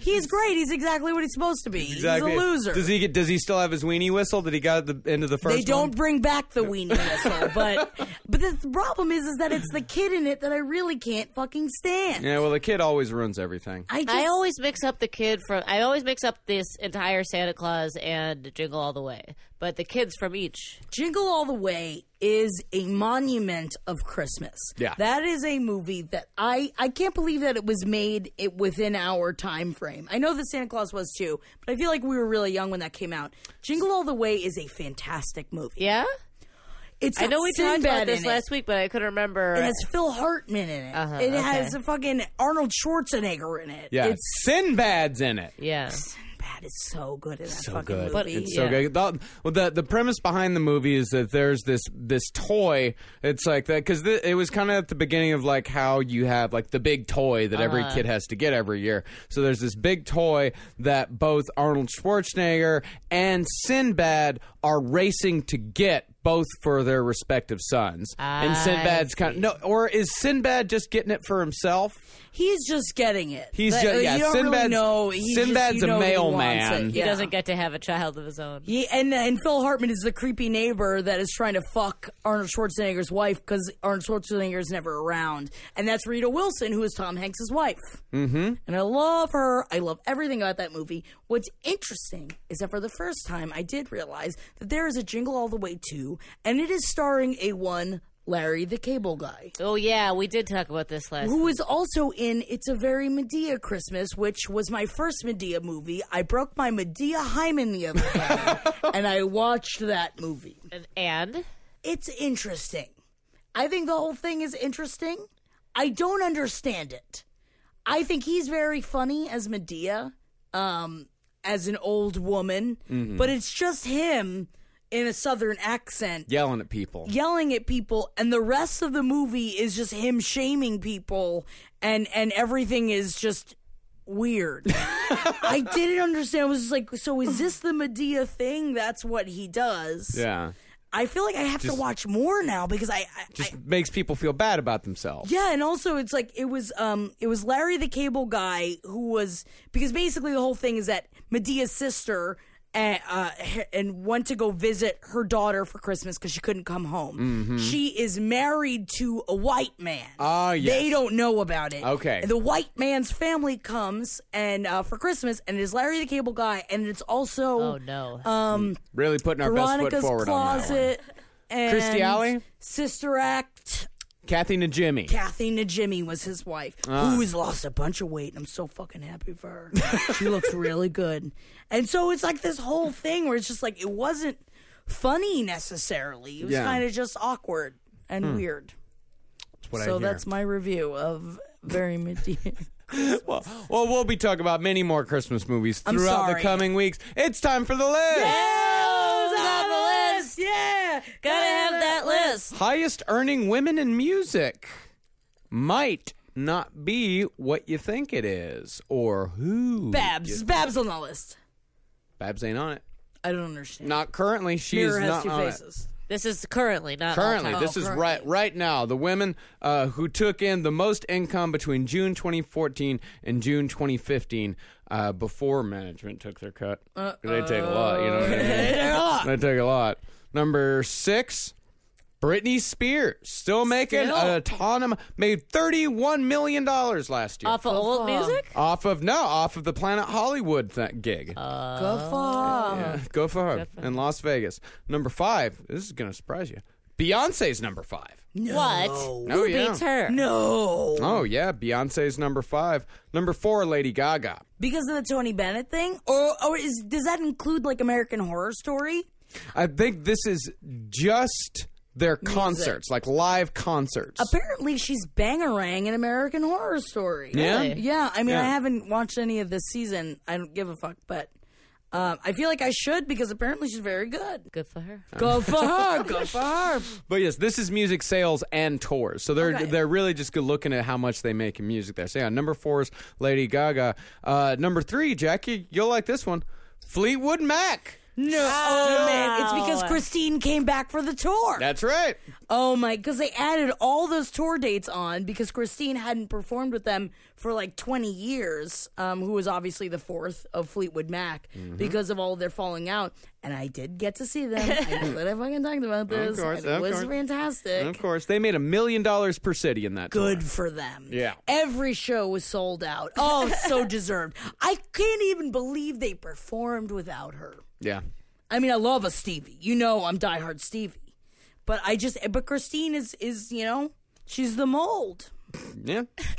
Speaker 4: He's great. He's exactly what he's supposed to be. [laughs] He's a loser.
Speaker 3: Does he get? Does he still have his weenie whistle that he got at the end of the first?
Speaker 4: They don't
Speaker 3: one?
Speaker 4: bring back the weenie
Speaker 3: [laughs]
Speaker 4: whistle, but but the problem is is that it's the kid in it that I really can't fucking stand.
Speaker 3: Yeah, well, the kid always ruins everything.
Speaker 4: I just
Speaker 5: I always mix up the kid from. I always mix up this entire Santa Claus and Jingle All the Way, but the kids from each.
Speaker 4: Jingle All the Way is a monument of Christmas.
Speaker 3: Yeah.
Speaker 4: That is a movie that I I can't believe that it was made it within our time frame. I know that Santa Claus was too, but I feel like we were really young when that came out. Jingle All the Way is a fantastic movie.
Speaker 5: Yeah,
Speaker 4: It's
Speaker 5: I
Speaker 4: got
Speaker 5: know we talked about
Speaker 4: Sinbad
Speaker 5: this
Speaker 4: in it.
Speaker 5: last week, but I couldn't remember.
Speaker 4: It has Phil Hartman in it.
Speaker 5: Uh-huh,
Speaker 4: it
Speaker 5: okay.
Speaker 4: has a fucking Arnold Schwarzenegger in it.
Speaker 3: Yeah,
Speaker 4: It's
Speaker 3: Sinbad's in it.
Speaker 5: yeah,
Speaker 4: Bad is so good in that fucking movie.
Speaker 5: But
Speaker 3: It's so
Speaker 5: Yeah.
Speaker 3: good. The, well, the the premise behind the movie is that there's this this toy. It's like that because it was kind of at the beginning of like how you have like the big toy that every kid has to get every year. So there's this big toy that both Arnold Schwarzenegger and Sinbad are racing to get. both for their respective sons. and
Speaker 5: I
Speaker 3: Sinbad's kind of no, or is Sinbad just getting it for himself?
Speaker 4: He's just getting it.
Speaker 3: He's
Speaker 4: Like,
Speaker 3: just yeah.
Speaker 4: you don't
Speaker 3: Sinbad's
Speaker 4: really know. He's just-
Speaker 3: Sinbad's
Speaker 4: you know
Speaker 3: a
Speaker 4: he wants
Speaker 3: mailman.
Speaker 4: it.
Speaker 5: He
Speaker 4: Yeah.
Speaker 5: doesn't get to have a child of his own.
Speaker 4: He, and and Phil Hartman is the creepy neighbor that is trying to fuck Arnold Schwarzenegger's wife because Arnold Schwarzenegger is never around, and that's Rita Wilson, who is Tom Hanks' wife. Mm-hmm. And I love her. I love everything about that movie. What's interesting is that for the first time, I did realize that there is a Jingle All the Way too, and it is starring a one Larry the Cable Guy
Speaker 5: Oh yeah, we did talk about this last.
Speaker 4: who was also in It's a Very Medea Christmas, which was my first Medea movie. I broke my Medea hymen the other day, and I watched that movie.
Speaker 5: And
Speaker 4: It's interesting. I think the whole thing is interesting. I don't understand it. I think he's very funny as Medea, um, as an old woman, but it's just him in a southern accent
Speaker 3: Yelling at people.
Speaker 4: yelling at people and the rest of the movie is just him shaming people and and everything is just weird [laughs] i didn't understand i was just like so is this the medea thing that's what he does
Speaker 3: Yeah,
Speaker 4: i feel like i have to watch more now because i, I
Speaker 3: just makes people feel bad about themselves.
Speaker 4: yeah, and also it's like it was um it was Larry the Cable Guy who was because basically the whole thing is that Medea's sister uh, uh, h- and went to go visit her daughter for Christmas because she couldn't come home. She is married to a white man.
Speaker 3: Mm-hmm. Ah, yes.
Speaker 4: They don't know about it.
Speaker 3: Okay.
Speaker 4: And the white man's family comes and uh, for Christmas, and it is Larry the Cable Guy, and it's also
Speaker 5: oh no,
Speaker 4: um
Speaker 3: Really putting our best foot
Speaker 4: Veronica's
Speaker 3: forward on that one.
Speaker 4: Closet and
Speaker 3: Christy Alley?
Speaker 4: Sister Act.
Speaker 3: Kathy and Jimmy.
Speaker 4: Kathy Najimy was his wife,
Speaker 5: Ah.
Speaker 4: who's lost a bunch of weight, and I'm so fucking happy for her. she looks
Speaker 5: [laughs]
Speaker 4: really good. And so it's like this whole thing where it's just like it wasn't funny necessarily. It was
Speaker 3: Yeah.
Speaker 4: kind of just awkward and
Speaker 5: Hmm.
Speaker 4: weird. so that's my review of
Speaker 5: [laughs]
Speaker 4: Very Medea.
Speaker 3: Well, well, we'll be talking about many more Christmas movies
Speaker 4: I'm
Speaker 3: throughout the
Speaker 4: sorry.
Speaker 3: coming weeks. It's time for the list.
Speaker 5: the list.
Speaker 4: yeah,
Speaker 5: Gotta have that list.
Speaker 3: Highest earning women in music might not be what you think it is, or who.
Speaker 4: Babs. Babs on the list.
Speaker 3: Babs ain't on it.
Speaker 4: I don't understand.
Speaker 3: Not currently. She
Speaker 4: Mirror
Speaker 3: is
Speaker 4: has
Speaker 3: not
Speaker 4: two
Speaker 3: on it.
Speaker 4: faces.
Speaker 5: This is currently not all
Speaker 3: Currently,
Speaker 5: time. Oh,
Speaker 3: this is
Speaker 4: currently.
Speaker 3: right right now. The women uh, who took in the most income between June 2014 and June 2015, uh, before management took their cut. They take a lot, you
Speaker 5: [laughs]
Speaker 3: know. What I mean? they take a lot. They take a lot. Number six. Britney Spears still making
Speaker 5: Still.
Speaker 3: an autonomous made thirty one million dollars last year
Speaker 5: off of old music.
Speaker 3: Off of no, off of the Planet Hollywood th- gig.
Speaker 4: Uh, Go far.
Speaker 3: Yeah, go for her in Las Vegas. Number five. This is gonna surprise you. Beyonce's number five.
Speaker 5: What? Who
Speaker 3: Oh, yeah.
Speaker 5: beats her?
Speaker 4: No.
Speaker 3: Oh yeah, Beyonce's number five. Number four, Lady Gaga.
Speaker 4: Because of the Tony Bennett thing? Or, or is, does that include like American Horror Story?
Speaker 3: I think this is just their concerts, like live concerts.
Speaker 4: Apparently, she's bangarang in American Horror Story.
Speaker 3: Yeah? Really?
Speaker 4: yeah. I mean, I
Speaker 3: Yeah.
Speaker 4: haven't watched any of this season. I don't give a fuck, but uh, I feel like I should because apparently she's very good.
Speaker 5: Good for her.
Speaker 4: [laughs] Go for her. Go for her.
Speaker 3: But yes, this is music sales and tours. So they're
Speaker 4: Okay.
Speaker 3: they're really just good looking at how much they make in music there. So yeah, number four is Lady Gaga. Uh, number three, Jackie, you'll like this one. Fleetwood Mac.
Speaker 4: No, oh, man, it's because Christine came back for the tour.
Speaker 3: That's right.
Speaker 4: Oh my, because they added all those tour dates on because Christine hadn't performed with them for like 20 years, um, who was obviously the fourth of Fleetwood Mac
Speaker 3: Mm-hmm.
Speaker 4: because of all their falling out. And I did get to see
Speaker 3: [laughs]
Speaker 4: them. I know that I fucking talked about this.
Speaker 3: course,
Speaker 4: and it
Speaker 3: of
Speaker 4: was
Speaker 3: course.
Speaker 4: fantastic.
Speaker 3: And of course, they made a million dollars per city in that.
Speaker 4: Good
Speaker 3: tour.
Speaker 4: for them.
Speaker 3: Yeah.
Speaker 4: Every show was sold out. Oh, it's
Speaker 3: [laughs]
Speaker 4: so deserved. I can't even believe they performed without her.
Speaker 3: Yeah.
Speaker 4: I mean, I love a Stevie. You know, I'm diehard Stevie, but I just but Christine is is you know she's the mold,
Speaker 3: Yeah.
Speaker 4: [laughs]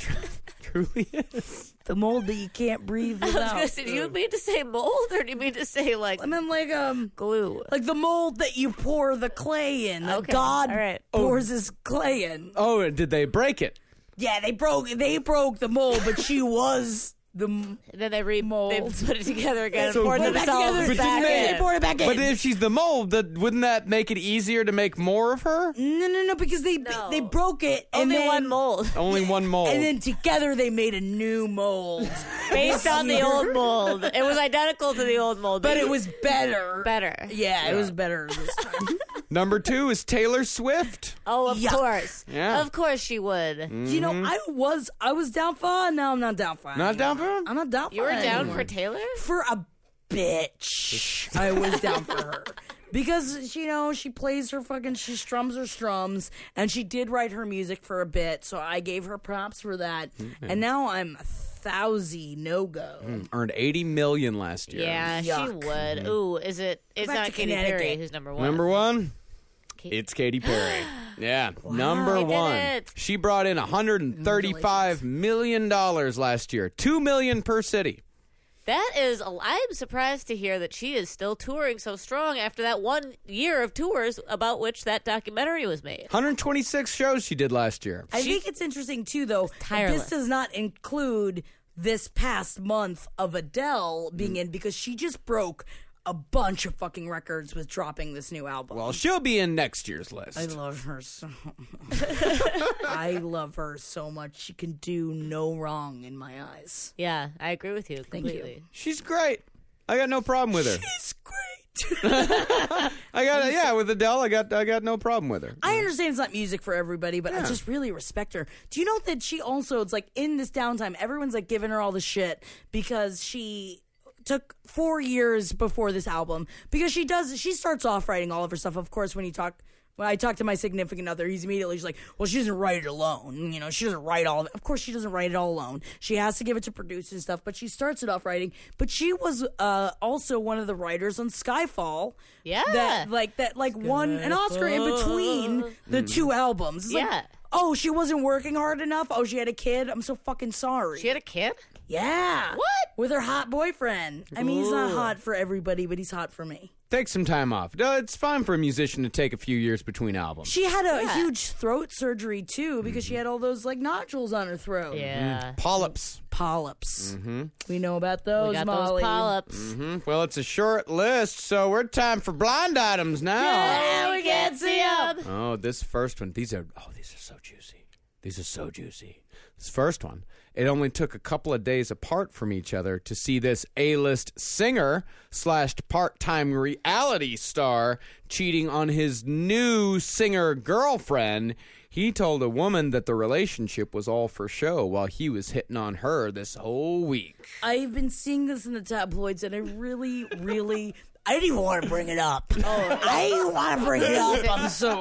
Speaker 3: Truly is.
Speaker 4: the mold that you can't [laughs] breathe
Speaker 5: I was gonna
Speaker 4: without.
Speaker 5: say, do you mean to say mold or do you mean to say like
Speaker 4: I mean, like um,
Speaker 5: glue?
Speaker 4: like the mold that you pour the clay in. that
Speaker 5: Okay,
Speaker 4: God
Speaker 5: all right.
Speaker 4: pours his clay in.
Speaker 3: Oh, and did they break it?
Speaker 4: Yeah, they broke they broke the mold, but [laughs] she was the m-
Speaker 5: And then they re they
Speaker 4: Mold.
Speaker 5: put it together again
Speaker 3: So
Speaker 5: and poured
Speaker 3: put it back
Speaker 5: themselves
Speaker 3: together, but
Speaker 5: back
Speaker 3: didn't they-
Speaker 5: in.
Speaker 3: They
Speaker 4: poured it back in.
Speaker 3: But if she's the mold, that wouldn't that make it easier to make more of her?
Speaker 4: no no no because they
Speaker 5: No.
Speaker 4: they broke it and
Speaker 5: Only
Speaker 4: then,
Speaker 5: one mold
Speaker 3: Only one mold.
Speaker 4: and then together they made a new [laughs] mold,
Speaker 5: based on the old mold. It was identical to the old mold,
Speaker 4: but it was better.
Speaker 5: better.
Speaker 3: [laughs] Mm-hmm.
Speaker 4: Yeah, it was better this time.
Speaker 3: Number two is Taylor Swift.
Speaker 5: Oh, of
Speaker 4: Yuck.
Speaker 5: course.
Speaker 3: Yeah. Mm.
Speaker 5: Of course she would.
Speaker 4: You know, I was I was down for. Now I'm not down for. it
Speaker 3: Not
Speaker 4: anymore.
Speaker 3: down for him?
Speaker 4: I'm not down.
Speaker 5: You
Speaker 4: for
Speaker 5: were
Speaker 4: it
Speaker 5: down
Speaker 4: anymore.
Speaker 5: for Taylor?
Speaker 4: [laughs] for a bitch. I was down for her
Speaker 3: [laughs]
Speaker 4: because you know she plays her fucking she strums her strums and she did write her music for a bit, so I gave her props for that.
Speaker 3: Mm-hmm.
Speaker 4: And now I'm a thousand no go.
Speaker 3: Earned 80 million last year.
Speaker 5: Yeah, she
Speaker 4: Yuck.
Speaker 5: would. Ooh, is it? It's
Speaker 4: back
Speaker 5: not
Speaker 4: to
Speaker 5: Katy Perry
Speaker 4: Connecticut.
Speaker 5: who's number one.
Speaker 3: Mm. Number one,
Speaker 5: Katy-
Speaker 3: it's Katy
Speaker 4: [gasps]
Speaker 3: Perry. Yeah, number
Speaker 5: We did
Speaker 3: one.
Speaker 5: it.
Speaker 3: She brought in 135 million dollars last year, two million per city.
Speaker 5: That is, a- I'm surprised to hear that she is still touring so strong after that one year of tours about which that documentary was made.
Speaker 3: 126 shows she did last year.
Speaker 4: I think it's interesting too, though. that
Speaker 5: tireless.
Speaker 4: This does not include this past month of Adele being in because she just broke a bunch of fucking records with dropping this new album.
Speaker 3: Well, she'll be in next year's list.
Speaker 4: I love her so. [laughs] I love her so much. She can do no wrong in my eyes.
Speaker 5: Yeah, I agree with you
Speaker 4: you.
Speaker 5: completely.
Speaker 3: She's great. I got no problem with
Speaker 4: [laughs]
Speaker 3: her.
Speaker 4: It's great.
Speaker 3: I got yeah, with Adele, I got I got no problem with her.
Speaker 4: I understand it's not music for everybody, but I just really respect her. Do you know that she also? It's like in this downtime, everyone's like giving her all the shit because she took four years before this album because she does. She starts off writing all of her stuff. Of course, when you talk. When I talk to my significant other, he's immediately just like, "Well, she doesn't write it alone. You know, she doesn't write all of it. Of course, she doesn't write it all alone. She has to give it to producers and stuff. But she starts it off writing. But she was uh, also one of the writers on Skyfall.
Speaker 5: Yeah.
Speaker 4: that like that like won an Oscar in between the two albums. It's like,
Speaker 5: Yeah.
Speaker 4: oh, she wasn't working hard enough. Oh, she had a kid. I'm so fucking sorry.
Speaker 5: She had a kid?
Speaker 4: yeah.
Speaker 5: What?
Speaker 4: With her hot boyfriend. I mean, he's not hot for everybody, but he's hot for me.
Speaker 3: Take some time off. No, It's fine for a musician to take a few years between albums.
Speaker 4: She had a huge throat surgery too because she had all those like nodules on her throat.
Speaker 3: Mm-hmm.
Speaker 5: Yeah.
Speaker 3: Polyps.
Speaker 4: Polyps. We know about those,
Speaker 5: We got
Speaker 4: Molly.
Speaker 5: those polyps.
Speaker 3: Hmm, Well, it's a short list, so we're time for blind items now.
Speaker 5: Oh, we can see them.
Speaker 3: Oh, this first one. These are oh, these are so juicy. These are so juicy. This first one. It only took a couple of days apart from each other to see this A-list singer slash part-time reality star cheating on his new singer girlfriend. He told a woman that the relationship was all for show while he was hitting on her this whole week.
Speaker 4: I've been seeing this in the tabloids, and I really, really. I didn't even want to bring it up. Oh, I didn't want to bring it up. I'm so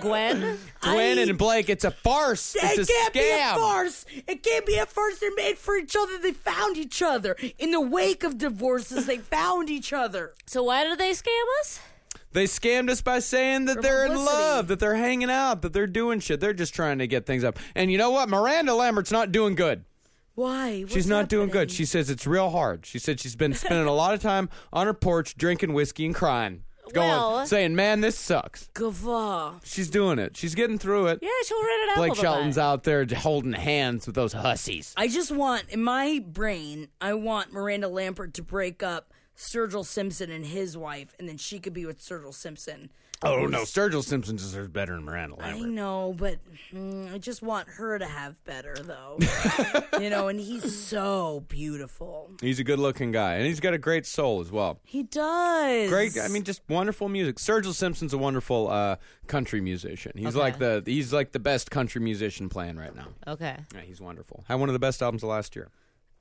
Speaker 3: [laughs]
Speaker 5: Gwen?
Speaker 3: Gwen
Speaker 4: I-
Speaker 3: and Blake, it's a farce.
Speaker 4: It
Speaker 3: It's a
Speaker 4: can't be
Speaker 3: scam.
Speaker 4: a farce. It can't be a farce. They're made for each other. They found each other in the wake of divorces. they found each other.
Speaker 5: So why do they scam us?
Speaker 3: They scammed us by saying that they're in
Speaker 4: publicity.
Speaker 3: love, that they're hanging out, that they're doing shit. They're just trying to get things up. And you know what? Miranda Lambert's not doing good.
Speaker 4: Why? What's
Speaker 3: She's not doing good.
Speaker 4: happening?
Speaker 3: She says it's real hard. She said she's been spending a lot of time on her porch drinking whiskey and crying. Going,
Speaker 5: Well-
Speaker 3: saying, man, this sucks.
Speaker 4: Gavaw.
Speaker 3: She's doing it. She's getting through it.
Speaker 5: Yeah, she'll rent it out.
Speaker 3: Blake Shelton's out there j- holding hands with those hussies.
Speaker 4: I just want in my brain. I want Miranda Lambert to break up Sergil Simpson and his wife, and then she could be with Sergil Simpson.
Speaker 3: Oh, no. Sturgill Simpson deserves better than Miranda
Speaker 4: I
Speaker 3: Lambert.
Speaker 4: know, but mm, I just want her to have better, [laughs] though. you know, and he's so beautiful.
Speaker 3: He's a good looking guy, and he's got a great soul as well.
Speaker 4: He does.
Speaker 3: great i mean just wonderful music sergio simpson's a wonderful uh, country musician he's like the he's like the best country musician playing right now
Speaker 5: Okay.
Speaker 3: yeah, he's wonderful had one of the best albums of last year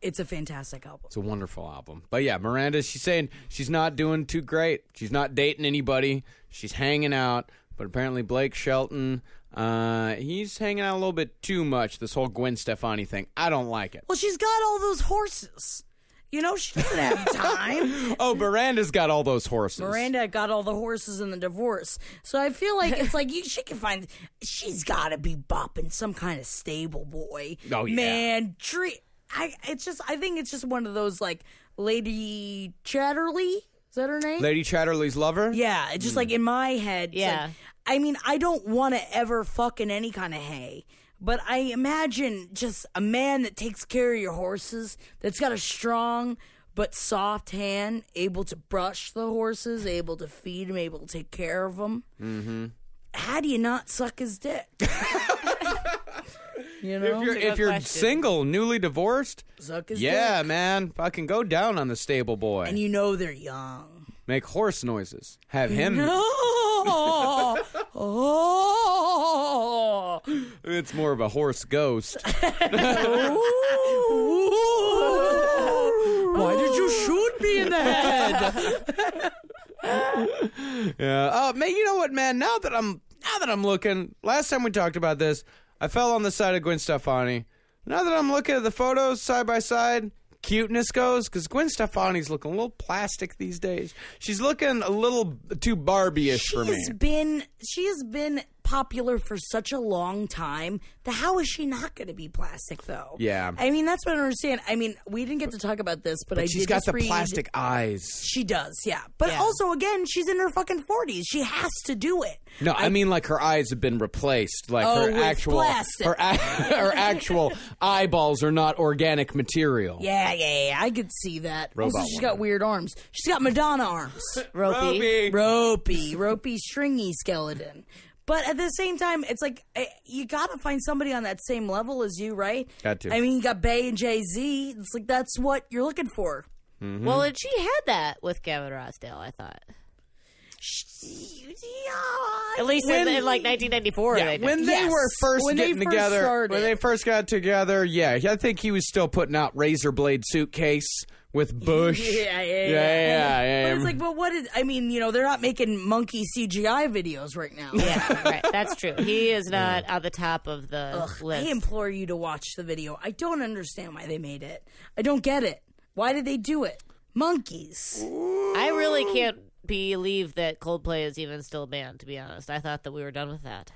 Speaker 4: It's a fantastic album.
Speaker 3: it's a wonderful album but yeah miranda she's saying she's not doing too great she's not dating anybody she's hanging out but apparently blake shelton uh, he's hanging out a little bit too much this whole gwen stefani thing i don't like it
Speaker 4: Well, she's got all those horses. You know, she doesn't
Speaker 3: [laughs]
Speaker 4: have time.
Speaker 3: oh miranda's got all those horses
Speaker 4: Miranda got all the horses in the divorce. So I feel like it's like you, she can find, she's got to be bopping some kind of stable boy.
Speaker 3: Oh, yeah.
Speaker 4: Man, tree. I, it's just, I think it's just one of those like Lady Chatterley. Is that her name?
Speaker 3: lady chatterley's lover
Speaker 4: Yeah, it's just like
Speaker 3: Mm.
Speaker 4: in my head. it's
Speaker 5: Yeah.
Speaker 4: like- I mean, I don't want to ever fuck in any kind of hay, but I imagine just a man that takes care of your horses, that's got a strong but soft hand, able to brush the horses, able to feed them, able to take care of them. Mm-hmm. How do you not suck
Speaker 3: [laughs]
Speaker 4: his dick? you know,
Speaker 3: if you're,
Speaker 5: good
Speaker 3: if you're
Speaker 5: question.
Speaker 3: single newly divorced
Speaker 4: suck his
Speaker 3: Yeah,
Speaker 4: dick.
Speaker 3: man. Fucking go down on the stable boy.
Speaker 4: And you know they're young.
Speaker 3: Mm. Make horse noises. Have him
Speaker 4: oh, [laughs]
Speaker 3: [laughs]
Speaker 4: oh,
Speaker 3: It's more of a horse
Speaker 4: [laughs]
Speaker 3: ghost. [laughs]
Speaker 4: Why did you shoot me [laughs] in the head?
Speaker 3: Yeah. Uh, man, you know what, man? Now that I'm now that I'm looking, last time we talked about this, I fell on the side of Gwen Stefani. Now that I'm looking at the photos side by side, cuteness goes because Gwen Stefani's looking a little plastic these days. She's looking a little too Barbie-ish for me.
Speaker 4: She's been she has been popular for such a long time. The how is she not going to be plastic though?
Speaker 3: Yeah.
Speaker 4: I mean that's what I don't understand. I mean we didn't get to talk about this, but, I
Speaker 3: She's
Speaker 4: did
Speaker 3: got
Speaker 4: just
Speaker 3: the
Speaker 4: read-
Speaker 3: plastic eyes.
Speaker 4: She does, yeah. But also again, she's in her fucking forties. She has to do it.
Speaker 3: No, I, mean like her eyes have been replaced. Like
Speaker 4: Oh,
Speaker 3: her
Speaker 4: with
Speaker 3: actual
Speaker 4: plastic.
Speaker 3: her, a- [laughs] her actual eyeballs are not organic material.
Speaker 4: Yeah, yeah, yeah. I could see that.
Speaker 3: Robot
Speaker 4: also, she's
Speaker 3: woman.
Speaker 4: got weird arms. She's got Madonna arms.
Speaker 5: Ropey.
Speaker 4: ropey, ropey, stringy skeleton. But at the same time, it's like eh, you gotta find somebody on that same level as you, right?
Speaker 3: Got to.
Speaker 4: I mean, you got Bay and Jay Z. It's like that's what you're looking for.
Speaker 3: Mm-hmm.
Speaker 5: Well, and she had that with Gavin Rossdale, I thought. At least in, in like 1994. they did.
Speaker 3: when they
Speaker 4: Yes.
Speaker 3: were first
Speaker 4: When they
Speaker 3: getting
Speaker 4: first
Speaker 3: together,
Speaker 4: started.
Speaker 3: when they first got together, yeah, I think he was still putting out razor blade suitcase with Bush.
Speaker 4: [laughs] Yeah, yeah, yeah.
Speaker 3: yeah, yeah, yeah.
Speaker 4: But it's like, well, what is? I mean, you know, they're not making monkey CGI videos right now.
Speaker 5: yeah, right. That's true. He
Speaker 3: [laughs]
Speaker 5: is not at the top of the
Speaker 4: Ugh, [laughs] I
Speaker 5: list.
Speaker 4: implore you to watch the video. I don't understand why they made it. I don't get it. Why did they do it? Monkeys.
Speaker 5: I really can't believe that Coldplay is even still a band. To be honest, I thought that we were done with that.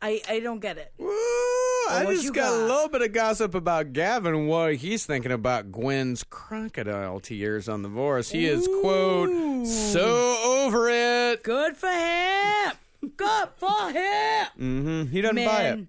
Speaker 4: I, I don't get it.
Speaker 3: Ooh, I
Speaker 4: what
Speaker 3: just
Speaker 4: you
Speaker 3: got a
Speaker 4: got?
Speaker 3: little bit of gossip about Gavin. What he's thinking about Gwen's crocodile tears on the divorce. He is quote so over it.
Speaker 4: Good for him. Good for him.
Speaker 3: He doesn't Mm, buy it.
Speaker 4: Man.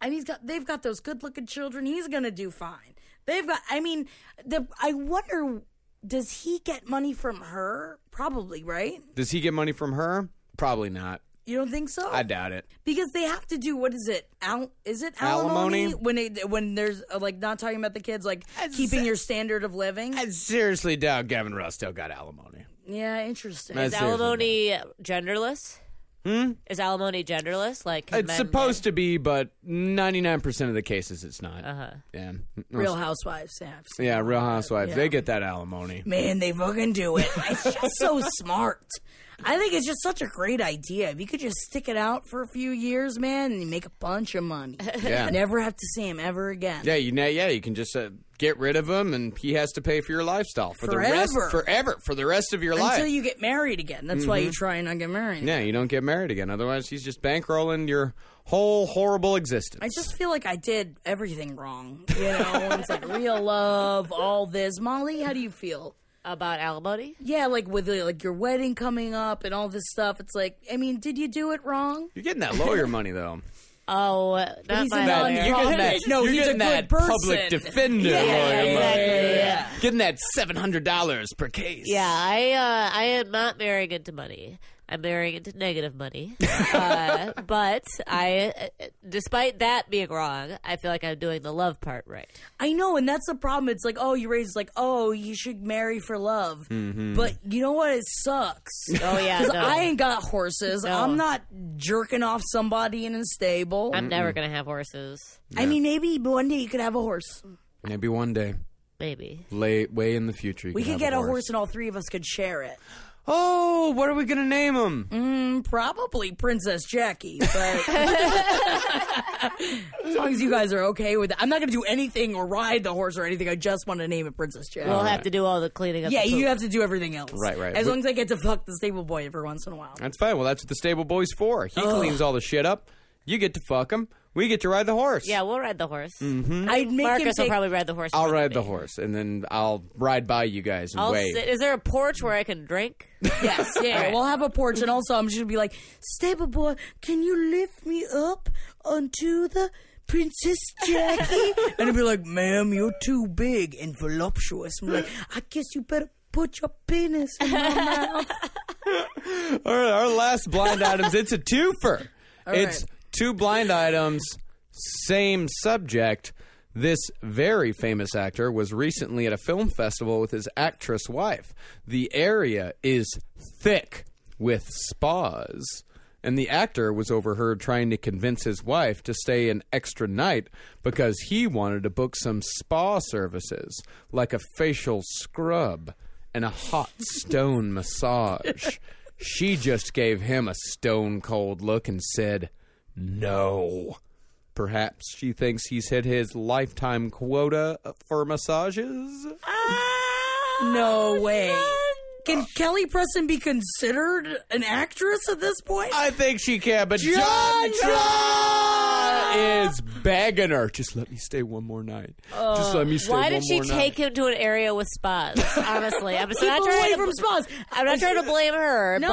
Speaker 4: And he's got they've got those good looking children. He's gonna do fine. They've got I mean, the I wonder does he get money from her? Probably, right?
Speaker 3: Does he get money from her? Probably not.
Speaker 4: You don't think so?
Speaker 3: I doubt it.
Speaker 4: because they have to do what is it? Al- is it
Speaker 3: Alimony?
Speaker 4: alimony, when it, when there's uh, like not talking about the kids, like keeping your standard of living?
Speaker 3: I seriously doubt Gavin Rossdale got alimony.
Speaker 4: yeah, interesting.
Speaker 3: I
Speaker 5: Is
Speaker 3: seriously
Speaker 5: alimony genderless? Hmm? Is alimony genderless? Like can
Speaker 3: It's
Speaker 5: men-
Speaker 3: supposed to be, but ninety nine percent of the cases, it's not. Uh-huh. Yeah,
Speaker 4: Real Housewives. Yeah, I've seen-
Speaker 3: yeah. Real Housewives, they get that alimony.
Speaker 4: [laughs] man, they fucking do it. It's just so smart. I think it's just such a great idea. If you could just stick it out for a few years, man, and you make a bunch of money.
Speaker 3: Yeah.
Speaker 4: Never have to see him ever again.
Speaker 3: Yeah, you know, yeah, you can just uh, get rid of him, and he has to pay for your lifestyle for the
Speaker 4: Forever.
Speaker 3: rest, forever, for the rest of your
Speaker 4: Until
Speaker 3: life.
Speaker 4: you get married again. That's why you try and not get married.
Speaker 3: Mm-hmm. yeah, you don't get married again. Otherwise, he's just bankrolling your whole horrible existence.
Speaker 4: I just feel like I did everything wrong. You know, it's like real love, all this. Molly, how do you feel?
Speaker 5: about alimony.
Speaker 4: Yeah, like with uh, like your wedding coming up and all this stuff. It's like, I mean, did you do it wrong?
Speaker 3: You're getting that lawyer money though.
Speaker 5: Oh, not
Speaker 4: he's
Speaker 5: my
Speaker 4: an
Speaker 3: That-
Speaker 4: alimony.
Speaker 5: lawyer.
Speaker 3: you're getting that.
Speaker 4: Right. No,
Speaker 3: you're
Speaker 4: he's a
Speaker 3: getting that
Speaker 4: good person.
Speaker 3: public defender
Speaker 4: Yeah,
Speaker 3: lawyer money.
Speaker 5: exactly. Yeah.
Speaker 3: Getting that seven hundred dollars per case.
Speaker 5: Yeah, I uh, I am not marrying into money. I'm marrying into negative
Speaker 3: [laughs]
Speaker 5: money. uh, but I, uh, despite that being wrong, I feel like I'm doing the love part right.
Speaker 4: I know, and that's the problem. It's like, oh, you raised like, oh, you should marry for love, but you know what? It sucks.
Speaker 5: [laughs] Oh, yeah,
Speaker 4: 'Cause
Speaker 5: no.
Speaker 4: I ain't got horses. I'm not jerking off somebody in a stable.
Speaker 5: I'm never gonna have horses.
Speaker 4: I mean, maybe one day you could have a horse.
Speaker 3: Maybe one day,
Speaker 5: Maybe.
Speaker 3: late, way in the future, you
Speaker 4: We
Speaker 3: can
Speaker 4: could
Speaker 3: have
Speaker 4: get a horse, and all three of us could share it.
Speaker 3: Oh, what are we gonna name him?
Speaker 4: Mm. Probably Princess Jackie,
Speaker 5: [laughs]
Speaker 4: but as long as you guys are okay with it, I'm not going to do anything or ride the horse or anything. I just want to name it Princess Jackie.
Speaker 5: We'll have to do all the cleaning up.
Speaker 4: yeah,
Speaker 5: the poop.
Speaker 4: you have to do everything else.
Speaker 3: Right, right.
Speaker 4: As
Speaker 3: We-
Speaker 4: long as I get to fuck the stable boy every once in a while.
Speaker 3: That's fine. Well, that's what the stable boy's for. He cleans all the shit up. You get to fuck him. We get to ride the horse.
Speaker 5: Yeah, we'll ride the horse.
Speaker 4: I'd make him
Speaker 5: Marcus will
Speaker 4: take-
Speaker 5: probably ride the horse.
Speaker 3: Mm-hmm. I'll
Speaker 5: with
Speaker 3: ride
Speaker 5: me.
Speaker 3: the horse, and then I'll ride by you guys and
Speaker 5: I'll
Speaker 3: wait.
Speaker 5: sit- Is there a porch where I can drink?
Speaker 4: [laughs] Yes, yeah.
Speaker 5: right.
Speaker 4: We'll have a porch, and also I'm just gonna be like, stable boy, can you lift me up onto the Princess Jackie? [laughs] and he'd be like, ma'am, you're too big and voluptuous. I'm like, I guess you better put your penis
Speaker 5: [laughs]
Speaker 4: in my mouth.
Speaker 3: All right, our last
Speaker 4: [laughs]
Speaker 3: blind items. It's a twofer. it's
Speaker 4: right.
Speaker 3: two blind items, same subject. This very famous actor was recently at a film festival with his actress wife. The area is thick with spas. And the actor was overheard trying to convince his wife to stay an extra night because he wanted to book some spa services, like a facial scrub and a hot stone massage. She just gave him a stone cold look and said, No. Perhaps she thinks he's hit his lifetime quota for massages?
Speaker 4: No way. Can Kelly Preston be considered an actress at this point?
Speaker 3: I think she can, but John, Travolta is begging her. Just let me stay one more night. Just let me stay
Speaker 5: Uh, Why
Speaker 3: one
Speaker 5: did she
Speaker 3: more
Speaker 5: take
Speaker 3: night.
Speaker 5: him to an area with spas? Honestly, I'm just
Speaker 4: Keep
Speaker 5: not
Speaker 4: him away
Speaker 5: trying
Speaker 4: from
Speaker 5: to.
Speaker 4: spas.
Speaker 5: I'm not trying to blame her,
Speaker 4: No,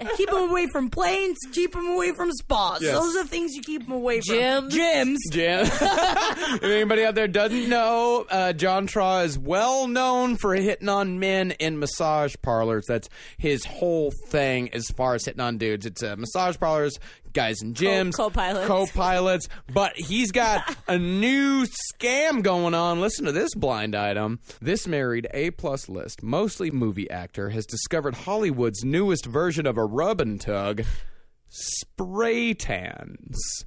Speaker 5: but
Speaker 4: keep him away from planes. Keep him away from spas.
Speaker 3: Yes.
Speaker 4: Those are things you keep him away from.
Speaker 5: Gyms.
Speaker 4: Gyms.
Speaker 3: Jan- [laughs] if anybody out there doesn't know, uh, John Traw is well known for hitting on men in massage parlors. That's his whole thing as far as hitting on dudes. It's uh, massage parlors, guys in gyms,
Speaker 5: co-pilots.
Speaker 3: co-pilots. But he's got a new scam going on. Listen to this blind item. This married A plus list, mostly movie actor, has discovered Hollywood's newest version of a rub and tug. Spray tans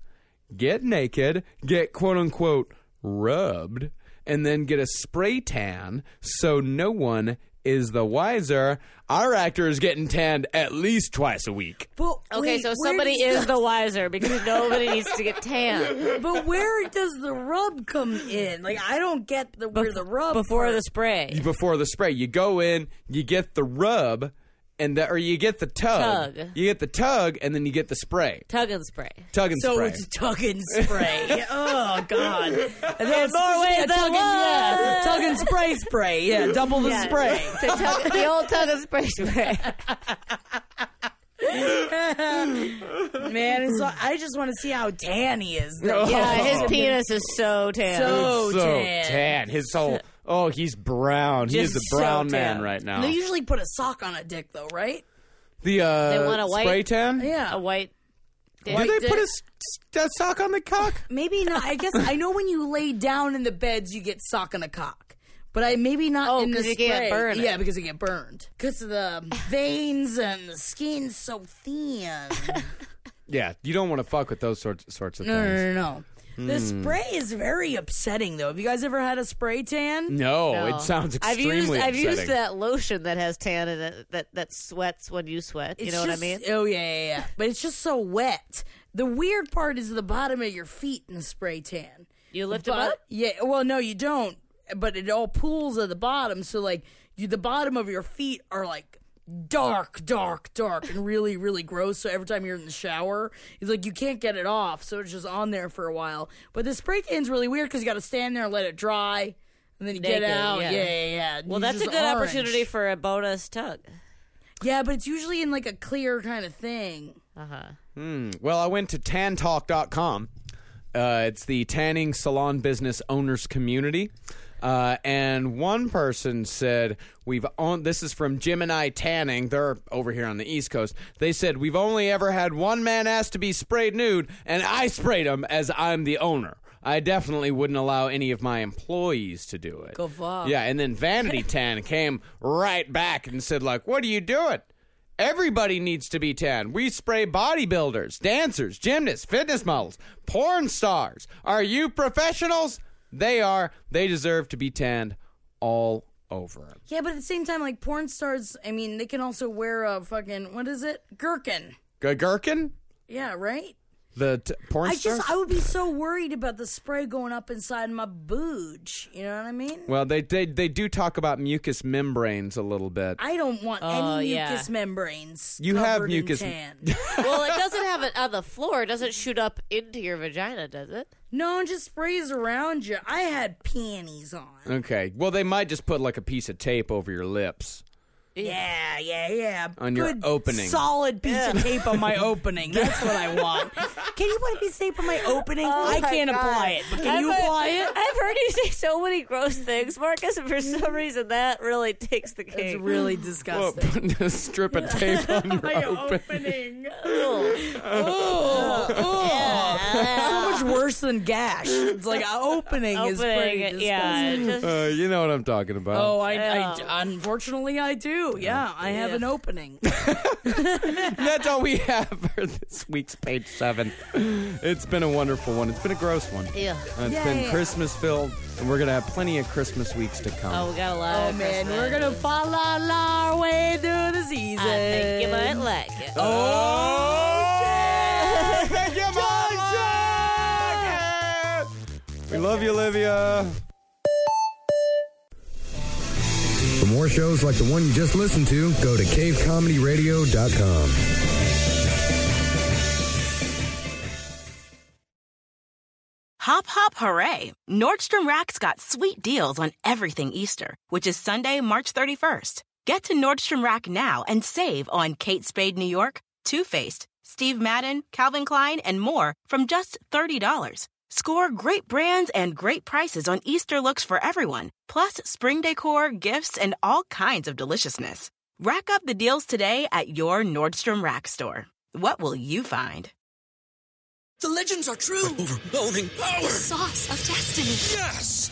Speaker 3: get naked, get quote unquote rubbed, and then get a spray tan so no one is the wiser. Our actor is getting tanned at least twice a week.
Speaker 4: But
Speaker 5: okay,
Speaker 4: wait,
Speaker 5: so
Speaker 4: where
Speaker 5: somebody
Speaker 4: does
Speaker 5: is the wiser because nobody needs to get tanned
Speaker 4: [laughs] the- But where does the rub come in? Like I don't get the, where the rub
Speaker 5: before
Speaker 4: part-
Speaker 5: the spray.
Speaker 3: Before the spray, you go in, you get the rub, and the, or you get the tug.
Speaker 5: Tug.
Speaker 3: You get the tug, and then you get the spray.
Speaker 5: Tug and spray.
Speaker 3: Tug and
Speaker 4: So
Speaker 3: spray.
Speaker 4: it's tug and spray. oh [laughs] God! And then
Speaker 5: more ways
Speaker 4: yeah,
Speaker 5: than
Speaker 4: tug and, yeah,
Speaker 5: one.
Speaker 4: tug and spray spray. Yeah, double the spray. [laughs]
Speaker 5: The, [laughs] tug, the old tug and spray spray.
Speaker 4: Man, it's, I just want to see how tan he is.
Speaker 5: Yeah, Uh, his penis is so tan.
Speaker 4: so,
Speaker 3: so
Speaker 4: tan.
Speaker 3: His whole oh, he's brown. he is
Speaker 4: Just
Speaker 3: a brown
Speaker 4: so
Speaker 3: man
Speaker 4: tan.
Speaker 3: right now.
Speaker 4: They usually put a sock on a dick, though, right?
Speaker 3: the uh,
Speaker 5: They want a white-
Speaker 3: spray tan.
Speaker 5: a white. Dick.
Speaker 3: Do they put a s- s- a sock on the cock?
Speaker 4: Maybe not. I guess I know when you lay down in the beds, you get sock on the cock. But I maybe not
Speaker 5: Oh,
Speaker 4: in the
Speaker 5: 'cause you
Speaker 4: spray.
Speaker 5: can't burn it.
Speaker 4: Yeah, because you get burned. Because of the veins and the skin's so thin.
Speaker 3: Yeah, you don't want to fuck with those sorts sorts of
Speaker 4: [laughs] No,
Speaker 3: things.
Speaker 4: no, no, no. The spray is very upsetting, though. Have you guys ever had a spray tan?
Speaker 3: No,
Speaker 5: No.
Speaker 3: Oh, it sounds
Speaker 5: I've
Speaker 3: extremely
Speaker 5: used I've used
Speaker 3: upsetting.
Speaker 5: that lotion that has tan in it that that sweats when you sweat. you
Speaker 4: It's
Speaker 5: know
Speaker 4: just-
Speaker 5: what I mean?
Speaker 4: Oh yeah, yeah, yeah. But it's just so wet. The weird part is the bottom of your feet in the spray tan.
Speaker 5: You lift
Speaker 4: but,
Speaker 5: them up.
Speaker 4: Yeah. Well, no, you don't. But it all pools at the bottom, so like you, the bottom of your feet are like dark, dark, dark, and really, really gross. So every time you're in the shower, it's like you can't get it off, so it's just on there for a while. But the spray tan's really weird because you got to stand there and let it dry, and then you
Speaker 5: Naked,
Speaker 4: get out.
Speaker 5: yeah.
Speaker 4: Yeah, yeah. yeah.
Speaker 5: Well,
Speaker 4: You're
Speaker 5: that's a
Speaker 4: just
Speaker 5: good
Speaker 4: orange.
Speaker 5: opportunity for a bonus tug.
Speaker 4: Yeah, but it's usually in like a clear kind of thing.
Speaker 3: Well, I went to tantalk.com. Uh, it's the tanning salon business owners community. Uh, and one person said, "We've on." This is from Gemini Tanning. They're over here on the East Coast. They said we've only ever had one man asked to be sprayed nude, and I sprayed him as I'm the owner. I definitely wouldn't allow any of my employees to do it. Yeah, and then Vanity Tan came right back and said, like, what are you doing? Everybody needs to be tan. We spray bodybuilders, dancers, gymnasts, fitness models, porn stars. Are you professionals? They are. They deserve to be tanned all over.
Speaker 4: Yeah, but at the same time, like porn stars, I mean, they can also wear a fucking what is it, gherkin?
Speaker 3: G- Gherkin?
Speaker 4: Yeah, right.
Speaker 3: The t- porn
Speaker 4: I
Speaker 3: star?
Speaker 4: just I would be so worried about the spray going up inside my booge. You know what I mean?
Speaker 3: well, they, they, they do talk about mucous membranes a little bit.
Speaker 4: I don't want
Speaker 5: Oh,
Speaker 4: any
Speaker 5: yeah.
Speaker 4: mucous membranes.
Speaker 3: You have
Speaker 4: covered in
Speaker 3: mucous-
Speaker 4: Tan.
Speaker 5: well, it doesn't have it on the floor. It doesn't shoot up into your vagina, does it?
Speaker 4: no, it just sprays around you. I had panties on.
Speaker 3: Okay. Well, they might just put like a piece of tape over your lips.
Speaker 4: Yeah, yeah, yeah.
Speaker 3: On your
Speaker 4: Good,
Speaker 3: opening.
Speaker 4: Solid piece of tape
Speaker 5: [laughs]
Speaker 4: on my opening. That's what I want. Can you put a piece of tape on my opening?
Speaker 5: Oh
Speaker 4: I can't apply it, but can you apply it?
Speaker 5: I've heard you say so many gross things, Marcus, and for some reason that really takes the cake.
Speaker 4: It's [laughs] really
Speaker 3: Oh,
Speaker 4: disgusting.
Speaker 3: [laughs] put a strip
Speaker 4: [laughs]
Speaker 3: of tape on your open.
Speaker 5: [laughs]
Speaker 4: Oh, oh. so much worse than gash. It's like uh, opening, is pretty
Speaker 5: Opening,
Speaker 4: disgusting.
Speaker 5: yeah. just-
Speaker 3: Uh, you know what I'm talking about.
Speaker 4: Oh, I, I unfortunately I do. Yeah, I have an opening.
Speaker 3: That's all we have for this week's page seven. It's been a wonderful one. It's been a gross one.
Speaker 5: Yeah.
Speaker 3: And it's been Christmas filled, and we're gonna have plenty of Christmas weeks to come.
Speaker 5: Oh, we got a lot.
Speaker 4: Oh
Speaker 5: of
Speaker 4: man,
Speaker 5: Christmas.
Speaker 4: we're
Speaker 5: [laughs]
Speaker 4: gonna fall on our way through the season.
Speaker 5: I think you might like it.
Speaker 3: Oh, yeah! Thank you, Mama! We love you, Olivia.
Speaker 7: For more shows like the one you just listened to, go to cavecomedyradio.com.
Speaker 8: Hop, hop, hooray! Nordstrom Rack's got sweet deals on everything Easter, which is Sunday, March 31st. Get to Nordstrom Rack now and save on Kate Spade New York, Too Faced, Steve Madden, Calvin Klein, and more from just $30. Score great brands and great prices on Easter looks for everyone, plus spring decor, gifts, and all kinds of deliciousness. Rack up the deals today at your Nordstrom Rack store. What will you find?
Speaker 9: The legends are true.
Speaker 1: Overwhelming power!
Speaker 9: Sauce of destiny.
Speaker 1: Yes!